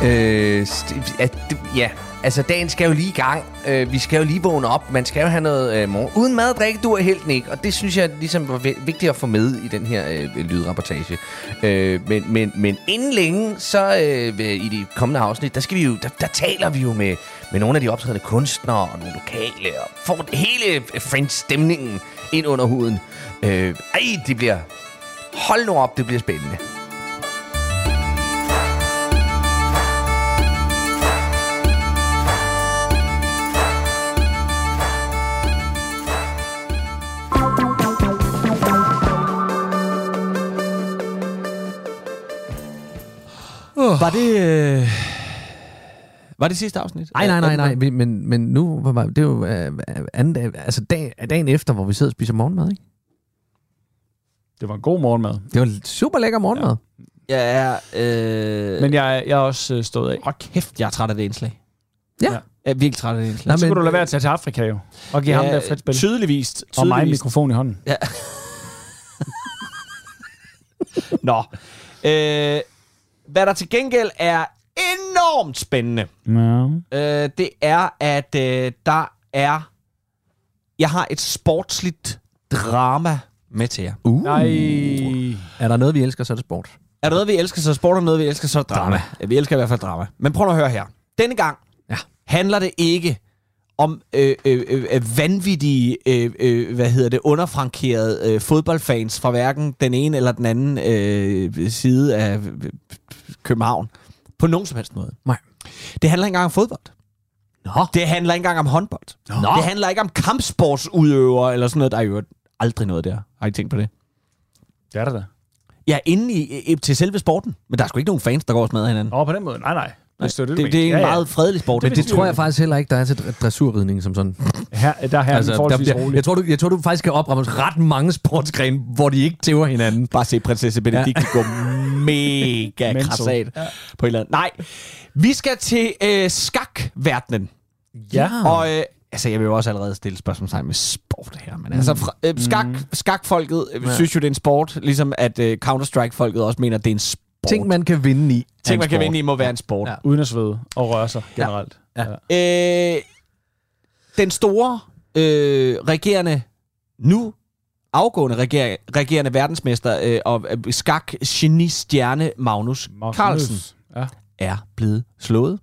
Speaker 11: Øh, st- at, det- ja, altså dagen skal jo lige i gang. Øh, vi skal jo lige vågne op. Man skal jo have noget øh, morgen. Uden mad og drikke dur helt ikke. Og det synes jeg ligesom var vi- vigtigt at få med i den her øh, lydrapportage. Øh, men, men, men inden længe, så øh, ved- i de kommende afsnit, der, skal vi jo, der, der taler vi jo med, med nogle af de optrædende kunstnere og nogle lokale. Og får hele øh, Fringe-stemningen ind under huden. Øh, ej, det bliver... Hold nu op, det bliver spændende.
Speaker 2: Uh. Var det... Øh... Var det sidste afsnit?
Speaker 4: Nej, nej, nej, nej. vi- Men, men nu, var- var- det er jo øh, anden dag, altså dag, dagen efter, hvor vi sidder og spiser morgenmad, ikke?
Speaker 3: Det var en god morgenmad.
Speaker 4: Det var en super lækker morgenmad.
Speaker 2: Jeg er... Øh...
Speaker 3: Men jeg, jeg er også øh, stået af.
Speaker 2: Hold kæft, jeg er træt af det indslag.
Speaker 4: Ja.
Speaker 2: Jeg er virkelig træt af det indslag.
Speaker 3: Nej, så kunne du lade være at tage til Afrika jo. Og give ja, øh, ham der frit spil.
Speaker 2: Tydeligvis. tydeligvis.
Speaker 3: Og mig en mikrofon i hånden.
Speaker 2: Ja. Nå. Øh, hvad der til gengæld er enormt spændende,
Speaker 3: Ja.
Speaker 2: øh, det er, at øh, der er... Jeg har et sportsligt drama med til jer.
Speaker 4: Uh.
Speaker 2: Nej.
Speaker 3: Mm.
Speaker 4: Er der noget, vi elsker, så er det sport.
Speaker 2: Er der noget, vi elsker, så er sport, og noget, vi elsker, så er drama. drama. Ja, vi elsker i hvert fald drama. Men prøv nu at høre her. Denne gang ja. handler det ikke om øh, øh, øh, øh, vanvittige, øh, øh, hvad hedder det, underfrankerede øh, fodboldfans fra hverken den ene eller den anden øh, side af øh, København. På nogen som helst måde.
Speaker 4: Nej.
Speaker 2: Det handler ikke engang om fodbold.
Speaker 4: Nå.
Speaker 2: Det handler ikke engang om håndbold. Nå. Det handler ikke om kampsportsudøvere eller sådan noget. Der er jo aldrig noget der. Har I tænkt på det?
Speaker 3: Det er der da.
Speaker 2: Ja, inde i, i, til selve sporten. Men der er sgu ikke nogen fans, der går og smadrer hinanden.
Speaker 3: Åh, på den måde. Nej, nej.
Speaker 2: Det,
Speaker 3: det, du
Speaker 2: det, det,
Speaker 3: mener.
Speaker 2: er en
Speaker 3: Ja,
Speaker 2: ja,
Speaker 3: ja.
Speaker 2: ja. meget fredelig sport.
Speaker 4: Men det, tror jeg faktisk heller ikke, der er til dr- dressurridning som sådan.
Speaker 3: Her, der er her altså,
Speaker 4: der,
Speaker 3: forholdsvis
Speaker 4: bliver-
Speaker 3: rolig.
Speaker 4: jeg, tror, du, jeg tror, du faktisk kan opremme ret mange sportsgrene, hvor de ikke tæver hinanden.
Speaker 2: Bare se prinsesse Benedikte ja. gå mega
Speaker 4: Mental.
Speaker 2: krasat ja. på et eller andet. Nej, vi skal til øh, skakverdenen.
Speaker 3: Ja.
Speaker 2: Og øh, altså, jeg vil jo også allerede stille spørgsmålstegn med sport her. Men altså, fra, øh, skak, skakfolket øh,
Speaker 4: Ja.
Speaker 2: synes jo, det er en sport. Ligesom at øh, Counter-Strike-folket også mener, at det er en sport.
Speaker 4: Ting, man kan vinde i.
Speaker 2: Ting, man kan
Speaker 4: Sport.
Speaker 2: vinde i, må være en sport. Ja.
Speaker 3: Uden at svede og røre sig generelt.
Speaker 4: Ja.
Speaker 2: Øh, den store øh, regerende, nu afgående reger, regerende verdensmester øh, og øh, skak genistjerne Magnus, Magnus Carlsen
Speaker 3: Ja.
Speaker 2: er blevet slået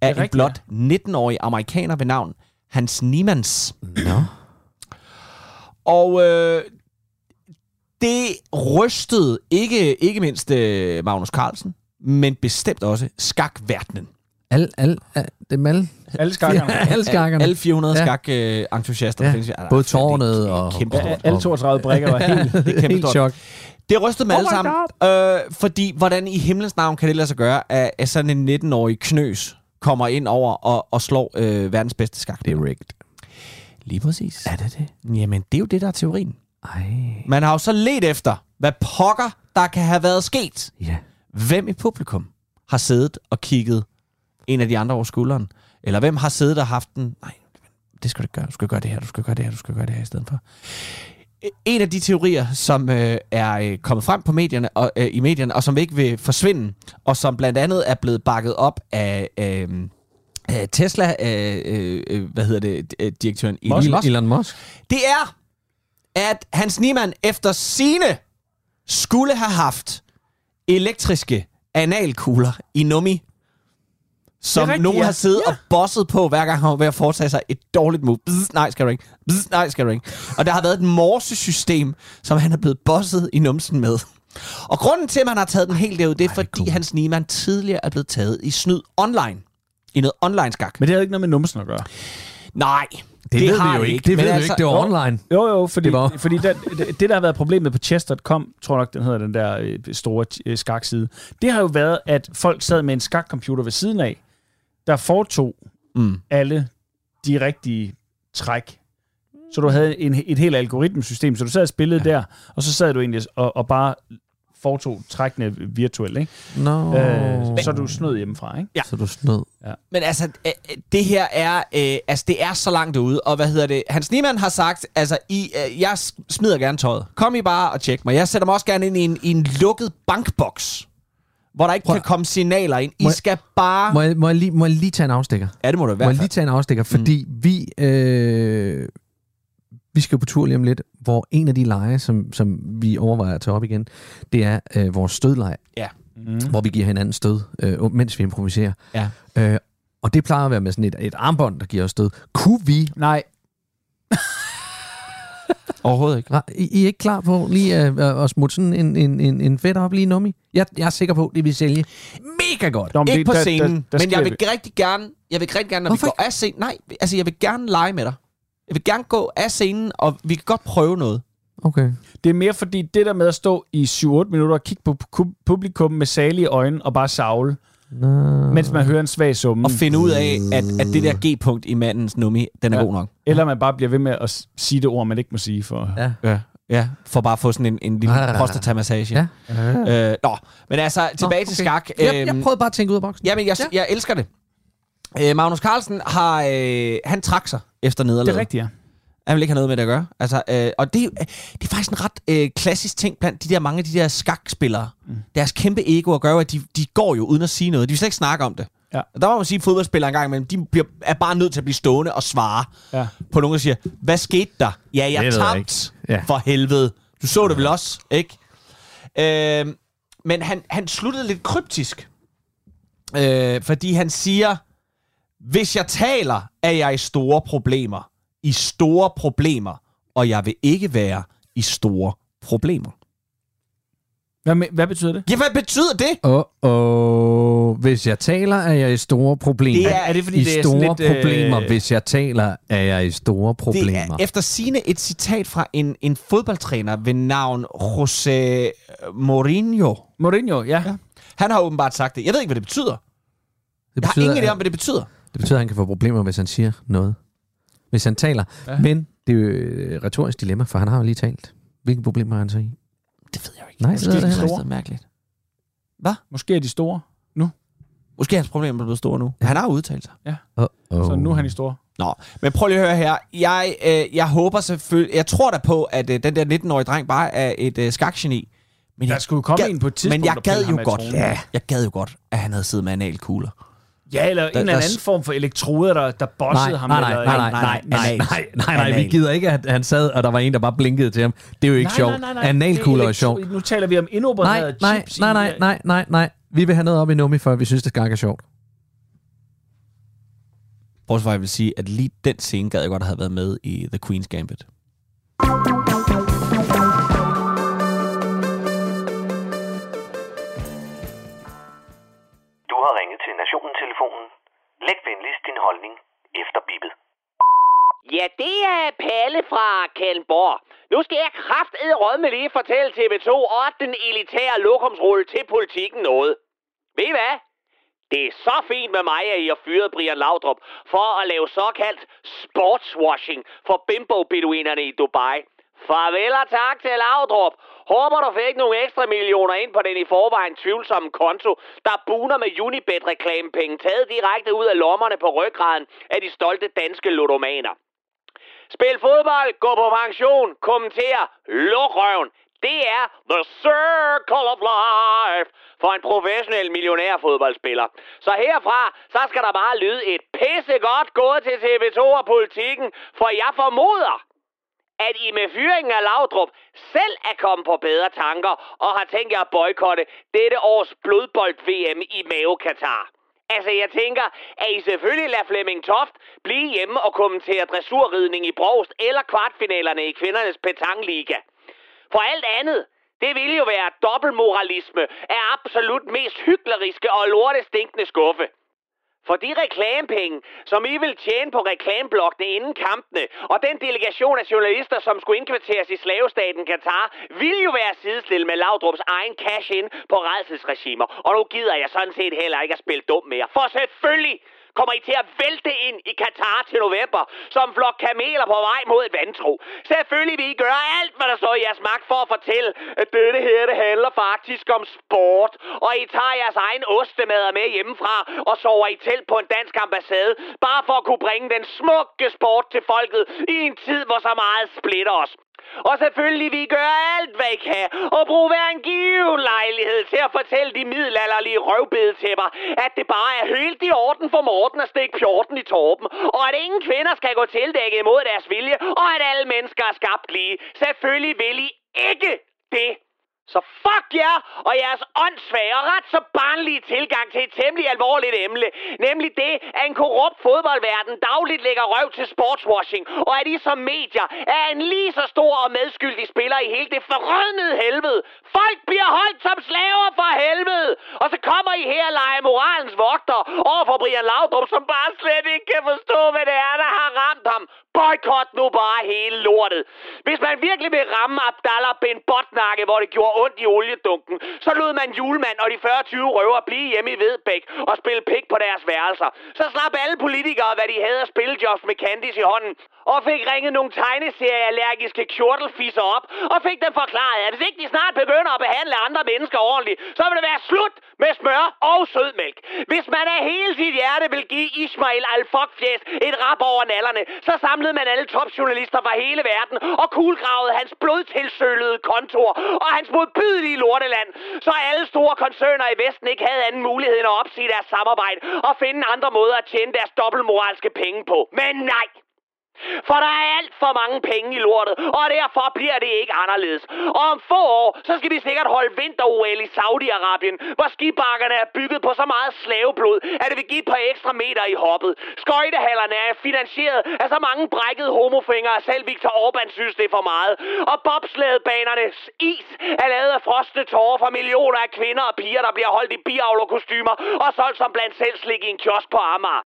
Speaker 2: af en
Speaker 3: rigtigt,
Speaker 2: blot 19-årig amerikaner ved navn Hans Niemanns.
Speaker 4: Nå.
Speaker 2: Og øh, det rystede ikke, ikke mindst øh, Magnus Carlsen, men bestemt også skakverdenen.
Speaker 4: Al, al, al, dem alle.
Speaker 3: Alle skakkerne.
Speaker 4: Ja, alle skakkerne.
Speaker 2: Alle 400
Speaker 4: Ja.
Speaker 2: ja. skak-entusiaster.
Speaker 4: Ja.
Speaker 2: Ja. øh, Findes,
Speaker 4: Både tårnet og...
Speaker 2: kæmpe
Speaker 4: og-
Speaker 2: stort.
Speaker 3: Alle 32 brikker var helt...
Speaker 2: det er kæmpe
Speaker 4: Helt
Speaker 2: stort.
Speaker 4: chok.
Speaker 2: Det rystede med
Speaker 3: Oh
Speaker 2: alle
Speaker 3: my
Speaker 2: sammen, øh, fordi hvordan i himlens navn kan det lade sig gøre, at, at sådan en 19-årig knøs kommer ind over og, og slår øh, verdens bedste skak.
Speaker 4: Det er rigged.
Speaker 2: Lige præcis.
Speaker 4: Er det det?
Speaker 2: Jamen, det er jo det, der er teorien. Ej. Man har jo så let efter, hvad pokker der kan have været sket.
Speaker 4: Ja.
Speaker 2: Hvem i publikum har siddet og kigget en af de andre over skulderen? Eller hvem har siddet og haft den? Nej, det skal du ikke gøre. Du skal gøre det her, du skal gøre det her, du skal gøre det her i stedet for. E-, En af de teorier, som øh, er øh, kommet frem på medierne og, øh, i medierne, og som ikke vil forsvinde, og som blandt andet er blevet bakket op af øh, øh, Tesla, øh, øh, øh, hvad hedder det, øh, direktøren Elon Musk.
Speaker 4: Elon Musk.
Speaker 2: Det er, at Hans Niemann efter sine skulle have haft elektriske analkugler i nummi, som
Speaker 3: Det er rigtigt,
Speaker 2: rigtigt, nogen
Speaker 3: ja.
Speaker 2: har siddet ja. og bosset på, hver gang han var ved at foretage sig et dårligt move. Bzz, nej, skal du ikke. Bzz, nej, skal du ikke. Og der har været et morsesystem, som han er blevet bosset i numsen med. Og grunden til, at man har taget den helt derud, det er, fordi Hans Niemann tidligere er blevet taget i snyd online. I noget online-skak.
Speaker 3: Men det havde ikke noget med numsen at gøre.
Speaker 2: Nej, det,
Speaker 4: ved vi
Speaker 2: har
Speaker 4: jo
Speaker 2: det
Speaker 4: ikke. Det
Speaker 2: Men altså-
Speaker 4: ved vi jo ikke, det var
Speaker 2: Nå,
Speaker 4: online.
Speaker 3: Jo, jo, fordi,
Speaker 4: Det
Speaker 3: det,
Speaker 4: var-
Speaker 3: fordi der, det, det, der har været problemet på chess.com, tror jeg nok, den hedder den der øh, store øh, skakside, det har jo været, at folk sad med en skakcomputer ved siden af, der foretog
Speaker 2: Mm.
Speaker 3: alle de rigtige træk. Så du havde en, et helt algoritmesystem, så du sad og spillede ja. der, og så sad du egentlig og, og bare foretog trækkene virtuelt, ikke?
Speaker 2: Nå.
Speaker 3: Øh, så er du snød hjemmefra, ikke?
Speaker 2: Ja.
Speaker 4: Så du snød.
Speaker 3: Ja.
Speaker 2: Men altså, øh, øh, det her er, øh, altså, det er så langt ude, og hvad hedder det? Hans Niemann har sagt, altså, I, øh, jeg s- smider gerne tøjet. Kom I bare og tjek mig. Jeg sætter mig også gerne ind i en, i en lukket bankboks, hvor der ikke kan komme signaler ind. I
Speaker 4: Må jeg-
Speaker 2: skal bare...
Speaker 4: Må jeg, må, jeg lige, må jeg lige tage en afstikker?
Speaker 2: Ja, det må du i hvert
Speaker 4: Må jeg
Speaker 2: fald.
Speaker 4: lige tage en afstikker, fordi mm. vi, øh, vi skal på tur lige om lidt, hvor en af de lege, som, som vi overvejer at tage op igen, det er øh, vores stødleje,
Speaker 2: Ja.
Speaker 4: mm. hvor vi giver hinanden stød, øh, mens vi improviserer.
Speaker 2: Ja.
Speaker 4: Øh, og det plejer at være med sådan et, et armbånd, der giver os stød. Kunne vi...
Speaker 3: Nej.
Speaker 2: Overhovedet ikke.
Speaker 4: Nej, I, I er ikke klar på lige at, at at smutte sådan en, en, en, en fedt op lige nummi? Jeg, jeg er sikker på, at det vil sælge mega godt.
Speaker 2: Nå, ikke på scenen, der, der, der men jeg vil rigtig gerne, jeg vil rigtig gerne, når Hvorfor vi går af scenen, nej, altså jeg vil gerne lege med dig. Jeg vil gerne gå af scenen, og vi kan godt prøve noget.
Speaker 4: Okay.
Speaker 3: Det er mere fordi, det der med at stå i 7-8 minutter og kigge på pu- publikum med salige øjne og bare savle,
Speaker 4: Nå.
Speaker 3: mens man hører en svag summe.
Speaker 2: Og finde ud af, at, at det der G-punkt i mandens nummi, den er
Speaker 3: Ja.
Speaker 2: god nok.
Speaker 3: Eller man bare bliver ved med at s- sige det ord, man ikke må sige for...
Speaker 4: Ja.
Speaker 2: Ja, ja for bare at få sådan en, en lille prostatamassage. Ja. Øh, nå, men altså, tilbage til skak.
Speaker 4: Jeg, jeg
Speaker 2: Øhm,
Speaker 4: prøvede bare at tænke ud af boksen.
Speaker 2: Jamen, jeg, ja. jeg elsker det. Øh, Magnus Carlsen har, øh, han trak sig efter nederlaget.
Speaker 3: Det er rigtigt, ja.
Speaker 2: Han vil ikke have noget med det at gøre. Altså, øh, og det, er jo- øh, det er faktisk en ret øh, klassisk ting blandt de der mange af de der skakspillere. Mm. Deres kæmpe ego at gøre, at de, de går jo uden at sige noget. De vil slet ikke snakke om det.
Speaker 3: Ja.
Speaker 2: Og der må man sige, at fodboldspillere engang imellem, de bliver, er bare nødt til at blive stående og svare
Speaker 3: Ja.
Speaker 2: på nogen, der siger, hvad skete der? Ja, jeg
Speaker 4: Det ved jeg
Speaker 2: tabte.
Speaker 4: ikke.
Speaker 2: Ja.
Speaker 4: Ja.
Speaker 2: For helvede. Du så det vel også, ikke? Øh, men han, han sluttede lidt kryptisk. Øh, fordi han siger, hvis jeg taler, er jeg i store problemer. I store problemer. Og jeg vil ikke være i store problemer.
Speaker 3: Hvad, med, hvad betyder det?
Speaker 2: Ja, hvad betyder det?
Speaker 4: Åh, oh, hvis jeg taler, er jeg i store problemer.
Speaker 2: Det er- er det, fordi
Speaker 4: I
Speaker 2: det er
Speaker 4: store
Speaker 2: sådan lidt, øh,
Speaker 4: problemer, hvis jeg taler, er jeg i store problemer.
Speaker 2: Det er efter sine et citat fra en, en fodboldtræner ved navn José Mourinho.
Speaker 3: Mourinho, ja. ja.
Speaker 2: Han har åbenbart sagt det. Jeg ved ikke, hvad det betyder. Det betyder jeg har ingen idé om, hvad det betyder.
Speaker 4: Det betyder, at han kan få problemer, hvis han siger noget. Hvis han taler. Ja. Men det er jo et retorisk dilemma, for han har jo lige talt. Hvilke problemer er han så i?
Speaker 2: Det ved jeg jo ikke.
Speaker 4: Nej, det
Speaker 2: Måske
Speaker 4: ved jeg
Speaker 2: er
Speaker 4: heller
Speaker 2: det
Speaker 4: ikke.
Speaker 2: store. mærkeligt.
Speaker 3: Måske er de store nu.
Speaker 2: Måske er hans problemer blevet store nu. Han har udtalt sig.
Speaker 3: Ja.
Speaker 4: Uh-oh.
Speaker 3: Så nu er han i store.
Speaker 2: Nå, men prøv lige at høre her. Jeg, øh, jeg håber selvfølgelig... Jeg tror da på, at øh, den der 19-årige dreng bare er et øh, skakgeni. Men
Speaker 3: Der
Speaker 2: jeg
Speaker 3: skulle jo komme en på et tidspunkt,
Speaker 2: Men jeg
Speaker 3: der
Speaker 2: gad
Speaker 3: piller
Speaker 2: jo
Speaker 3: ham af
Speaker 2: godt,
Speaker 3: tronen.
Speaker 2: ja, jeg gad jo godt, at han havde siddet med analkugler.
Speaker 3: Ja, eller der, en
Speaker 2: Der-
Speaker 3: eller
Speaker 2: der-
Speaker 3: anden form for elektroder, der, der bossede ham.
Speaker 4: nej, nej,
Speaker 3: eller,
Speaker 4: nej, nej, nej, nej,
Speaker 3: Anal.
Speaker 4: nej, nej, nej,
Speaker 3: Anal.
Speaker 4: vi gider ikke, at han sad, og der var en, der bare blinkede til ham. Det er jo ikke
Speaker 3: Nej,
Speaker 4: sjovt.
Speaker 3: nej, nej, nej.
Speaker 4: Analkugler er
Speaker 3: Det
Speaker 4: sjovt.
Speaker 3: elektro- Nu taler vi om
Speaker 4: Nej,
Speaker 3: indopererede
Speaker 4: nej,
Speaker 3: chips. i- øh,
Speaker 4: nej, nej, nej, nej, nej. Vi vil have noget op i nummi, før vi synes, det skak er sjovt.
Speaker 2: Bortset fra, at jeg vil sige, at lige den scene gad jeg godt have været med i The Queen's Gambit.
Speaker 9: Du har ringet til Nationen-telefonen. Læg venligst din holdning efter bippet.
Speaker 5: Ja, det er Palle fra Kalmborg. Nu skal jeg kraftedrød med lige fortælle TV2 og den elitære lokumsrulle til politikken noget. Ved I hvad? Det er så fint med mig, at I har fyret Brian Laudrup for at lave såkaldt sportswashing for bimbo-beduinerne i Dubai. Farvel og tak til Laudrup. Håber du fik nogle ekstra millioner ind på den i forvejen tvivlsomme konto, der buner med Unibet-reklamepenge taget direkte ud af lommerne på ryggraden af de stolte danske ludomaner. Spil fodbold, gå på pension, kommenter, luk røven. Det er The Circle of Life for en professionel millionær fodboldspiller. Så herfra, så skal der bare lyde et pissegodt gået til TV2 og politikken, for jeg formoder, at I med fyringen af Laudrup selv er kommet på bedre tanker og har tænkt jer at boykotte dette års blodbold-VM i Mave Katar. Altså, jeg tænker, at I selvfølgelig lader Flemming Toft blive hjemme og kommentere dressurridning i Brost eller kvartfinalerne i kvindernes petangliga. For alt andet, det ville jo være dobbeltmoralisme af absolut mest hykleriske og lortestinkende skuffe. For de reklamepenge, som I vil tjene på reklameblokkene inden kampene, og den delegation af journalister, som skulle indkvarteres i slavestaten Katar, vil jo være sidestillet med Laudrups egen cash-in på redselsregimer. Og nu gider jeg sådan set heller ikke at spille dum mere. For selvfølgelig
Speaker 18: kommer I til at vælte ind i Katar til november, som en flok kameler på vej mod et vantro. Selvfølgelig vil I gøre alt, hvad der står i jeres magt for at fortælle, at dette her, det handler faktisk om sport. Og I tager jeres egen ostemader med hjemmefra og sover i telt på en dansk ambassade, bare for at kunne bringe den smukke sport til folket i en tid, hvor så meget splitter os. Og selvfølgelig vi gør alt, hvad I kan, og bruge hver en given lejlighed til at fortælle de middelalderlige røvbedetæpper, at det bare er helt i orden for Morten at stikke pjorten i torpen, og at ingen kvinder skal gå tildækket imod deres vilje, og at alle mennesker er skabt lige. Selvfølgelig vil I ikke det. Så fuck jer og jeres åndssvage og ret så barnlige tilgang til et temmelig alvorligt emne. Nemlig det, at en korrupt fodboldverden dagligt lægger røv til sportswashing. Og at I som medier er en lige så stor og medskyldig spiller i hele det forrødnede helvede. Folk bliver holdt som slaver for helvede. Og så kommer I her og leger moralens vogter over for Brian Laudrup, som bare slet ikke kan forstå, hvad det er, der har ramt ham. Boykot nu bare hele lortet. Hvis man virkelig vil ramme Abdallah Ben Botnakke, hvor det gjorde ondt i oliedunken, så lod man julemand og de 40-20 røver blive hjemme i Vedbæk og spille pik på deres værelser. Så slap alle politikere, hvad de havde at spille jobs med Candice i hånden, og fik ringet nogle tegneserieallergiske kjortelfisser op, og fik dem forklaret, at hvis ikke de snart begynder at behandle andre mennesker ordentligt, så vil det være slut med smør og sødmælk. Hvis man af hele sit hjerte vil give Ismail al Fjes et rap over nallerne, så samlede man alle topjournalister fra hele verden og kuglegravede hans blodtilsølede kontor og hans modbydelige lorteland, så alle store koncerner i Vesten ikke havde anden mulighed end at opsige deres samarbejde og finde andre måder at tjene deres dobbeltmoralske penge på. Men nej! For der er alt for mange penge i lortet, og derfor bliver det ikke anderledes. Og om få år, så skal vi sikkert holde vinter-OL i Saudi-Arabien, hvor skibakkerne er bygget på så meget slaveblod, at det vil give et par ekstra meter i hoppet. Skøjtehallerne er finansieret af så mange brækkede homofinger, at selv Viktor Orbán synes, det er for meget. Og bobslædebanernes is er lavet af frosne tårer fra millioner af kvinder og piger, der bliver holdt i biavlerkostymer og solgt som blandt selv slik i en kiosk på Amager.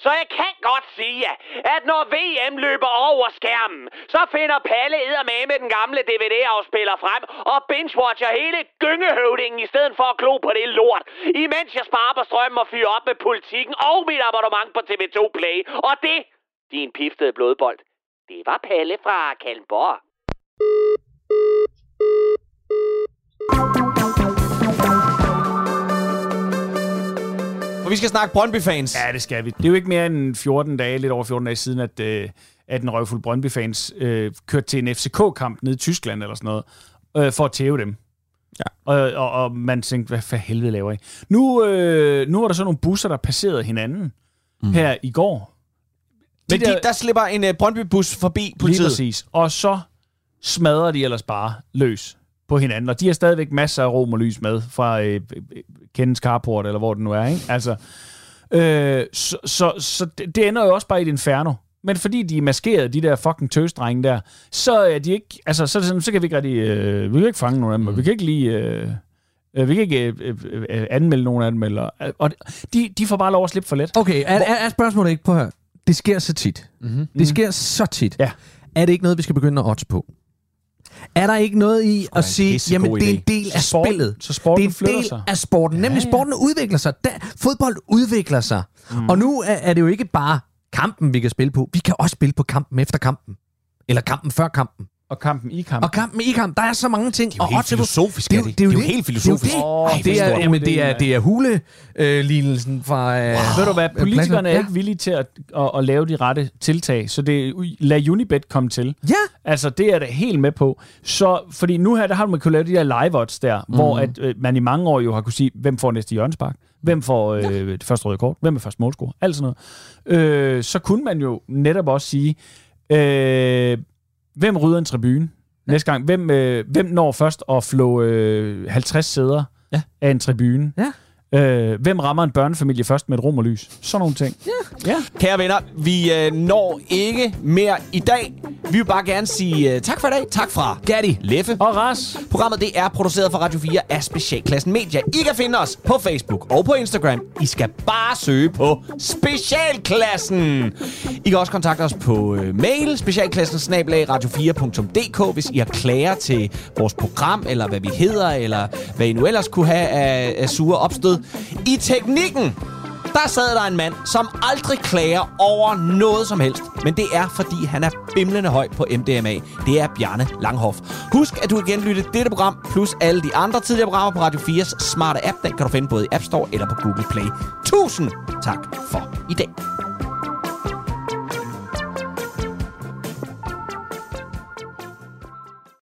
Speaker 18: Så jeg kan godt sige jer, at når VM løber over skærmen, så finder Palle med med den gamle DVD-afspiller frem og binge-watcher hele gyngehøvdingen i stedet for at klo på det lort. Imens jeg sparer på strømmen og fyrer op med politikken og mit abonnement på TV2 Play. Og det, din piftede blodbold, det var Palle fra Kalmborg.
Speaker 2: Og vi skal snakke Brøndby-fans.
Speaker 3: Ja, det skal vi. Det er jo ikke mere end 14 dage, lidt over 14 dage siden, at, øh, at en røvfuld Brøndby-fans øh, kørte til en FCK-kamp nede i Tyskland eller sådan noget, øh, for at tæve dem. Ja. Og, og, og man tænkte, hvad for helvede laver I? Nu, øh, nu var der så nogle busser, der passerede hinanden mm. her i går.
Speaker 2: Mhm. Men de, der slipper en øh, Brøndby-bus forbi
Speaker 3: Lige
Speaker 2: politiet.
Speaker 3: præcis. Og så smadrer de ellers bare løs på hinanden. Og de har stadigvæk masser af rom og lys med fra øh, Kendens Carport, eller hvor det nu er. Ikke? Altså, øh, så, så, så det det ender jo også bare i et inferno. Men fordi de er maskeret, de der fucking tøsdrenge der, så er de ikke, altså, så, er det sådan, så kan vi ikke rigtig, øh, vi kan ikke fange nogen af dem, og vi kan ikke lige, øh, øh, vi kan ikke øh, øh, øh, anmelde nogen af dem, eller, øh, og de, de får bare lov at slippe for let.
Speaker 4: Okay, er, er, er spørgsmålet ikke på her? Det sker så tit. Mm-hmm. Det sker så tit. Ja. Er det ikke noget, vi skal begynde at odds på? Er der ikke noget i at sige, jamen det er en del af
Speaker 3: sporten-
Speaker 4: spillet.
Speaker 3: så sporten
Speaker 4: det er en
Speaker 3: flytter
Speaker 4: del
Speaker 3: sig.
Speaker 4: af sporten. Nemlig
Speaker 3: Ja, ja.
Speaker 4: sporten udvikler sig. Da, fodbold udvikler sig. Mm. Og nu er, er det jo ikke bare kampen, vi kan spille på. Vi kan også spille på kampen efter kampen. Eller kampen før kampen.
Speaker 3: Og kampen i kampen.
Speaker 4: Og kampen i kampen. Der er så mange ting. Det er
Speaker 2: helt filosofisk, er det ikke? Det er jo helt filosofisk.
Speaker 4: Det er jo
Speaker 2: Åh,
Speaker 4: det.
Speaker 2: det
Speaker 4: Ej, det
Speaker 2: er
Speaker 4: er,
Speaker 2: stort.
Speaker 4: jamen, det er, det er hulelignelsen fra... Øh,
Speaker 3: Oh, Ved du hvad, politikerne er
Speaker 4: Ja.
Speaker 3: ikke villige til at, at, at lave de rette tiltag, så det lad Unibet komme til.
Speaker 4: Ja.
Speaker 3: Altså, det er jeg da helt med på. Så, fordi nu her, der har man kunnet lave de der live odds der, mm. hvor at, øh, man i mange år jo har kunne sige, hvem får næste hjørnspark, hvem får øh, det første røde kort, hvem er første målscorer, alt sådan noget. Øh, så kunne man jo netop også sige, øh, hvem rydder en tribune næste gang? Hvem, øh, hvem når først at flå øh, 50 sæder ja. af en tribune?
Speaker 4: Ja.
Speaker 3: Øh, hvem rammer en børnefamilie først med et rum og lys? Sådan nogle ting. Ja.
Speaker 2: Kære venner, vi øh, når ikke mere i dag. Vi vil bare gerne sige øh, tak for i dag. Tak fra Gatti, Leffe
Speaker 3: og Ras.
Speaker 2: Programmet det er produceret for Radio 4 af Specialklassen Media. I kan finde os på Facebook og på Instagram. I skal bare søge på Specialklassen. I kan også kontakte os på øh, mail, specialklassen radio4.dk, hvis I har klager til vores program, eller hvad vi hedder, eller hvad I nu ellers kunne have af, af sure opstød. I teknikken, Der sad der en mand, som aldrig klager over noget som helst. Men det er, fordi han er bimlende høj på MDMA. Det er Bjarne Langhoff. Husk, at du kan genlytte dette program, plus alle de andre tidligere programmer på Radio 4's smarte app. Den kan du finde både i App Store eller på Google Play. Tusind tak for i dag.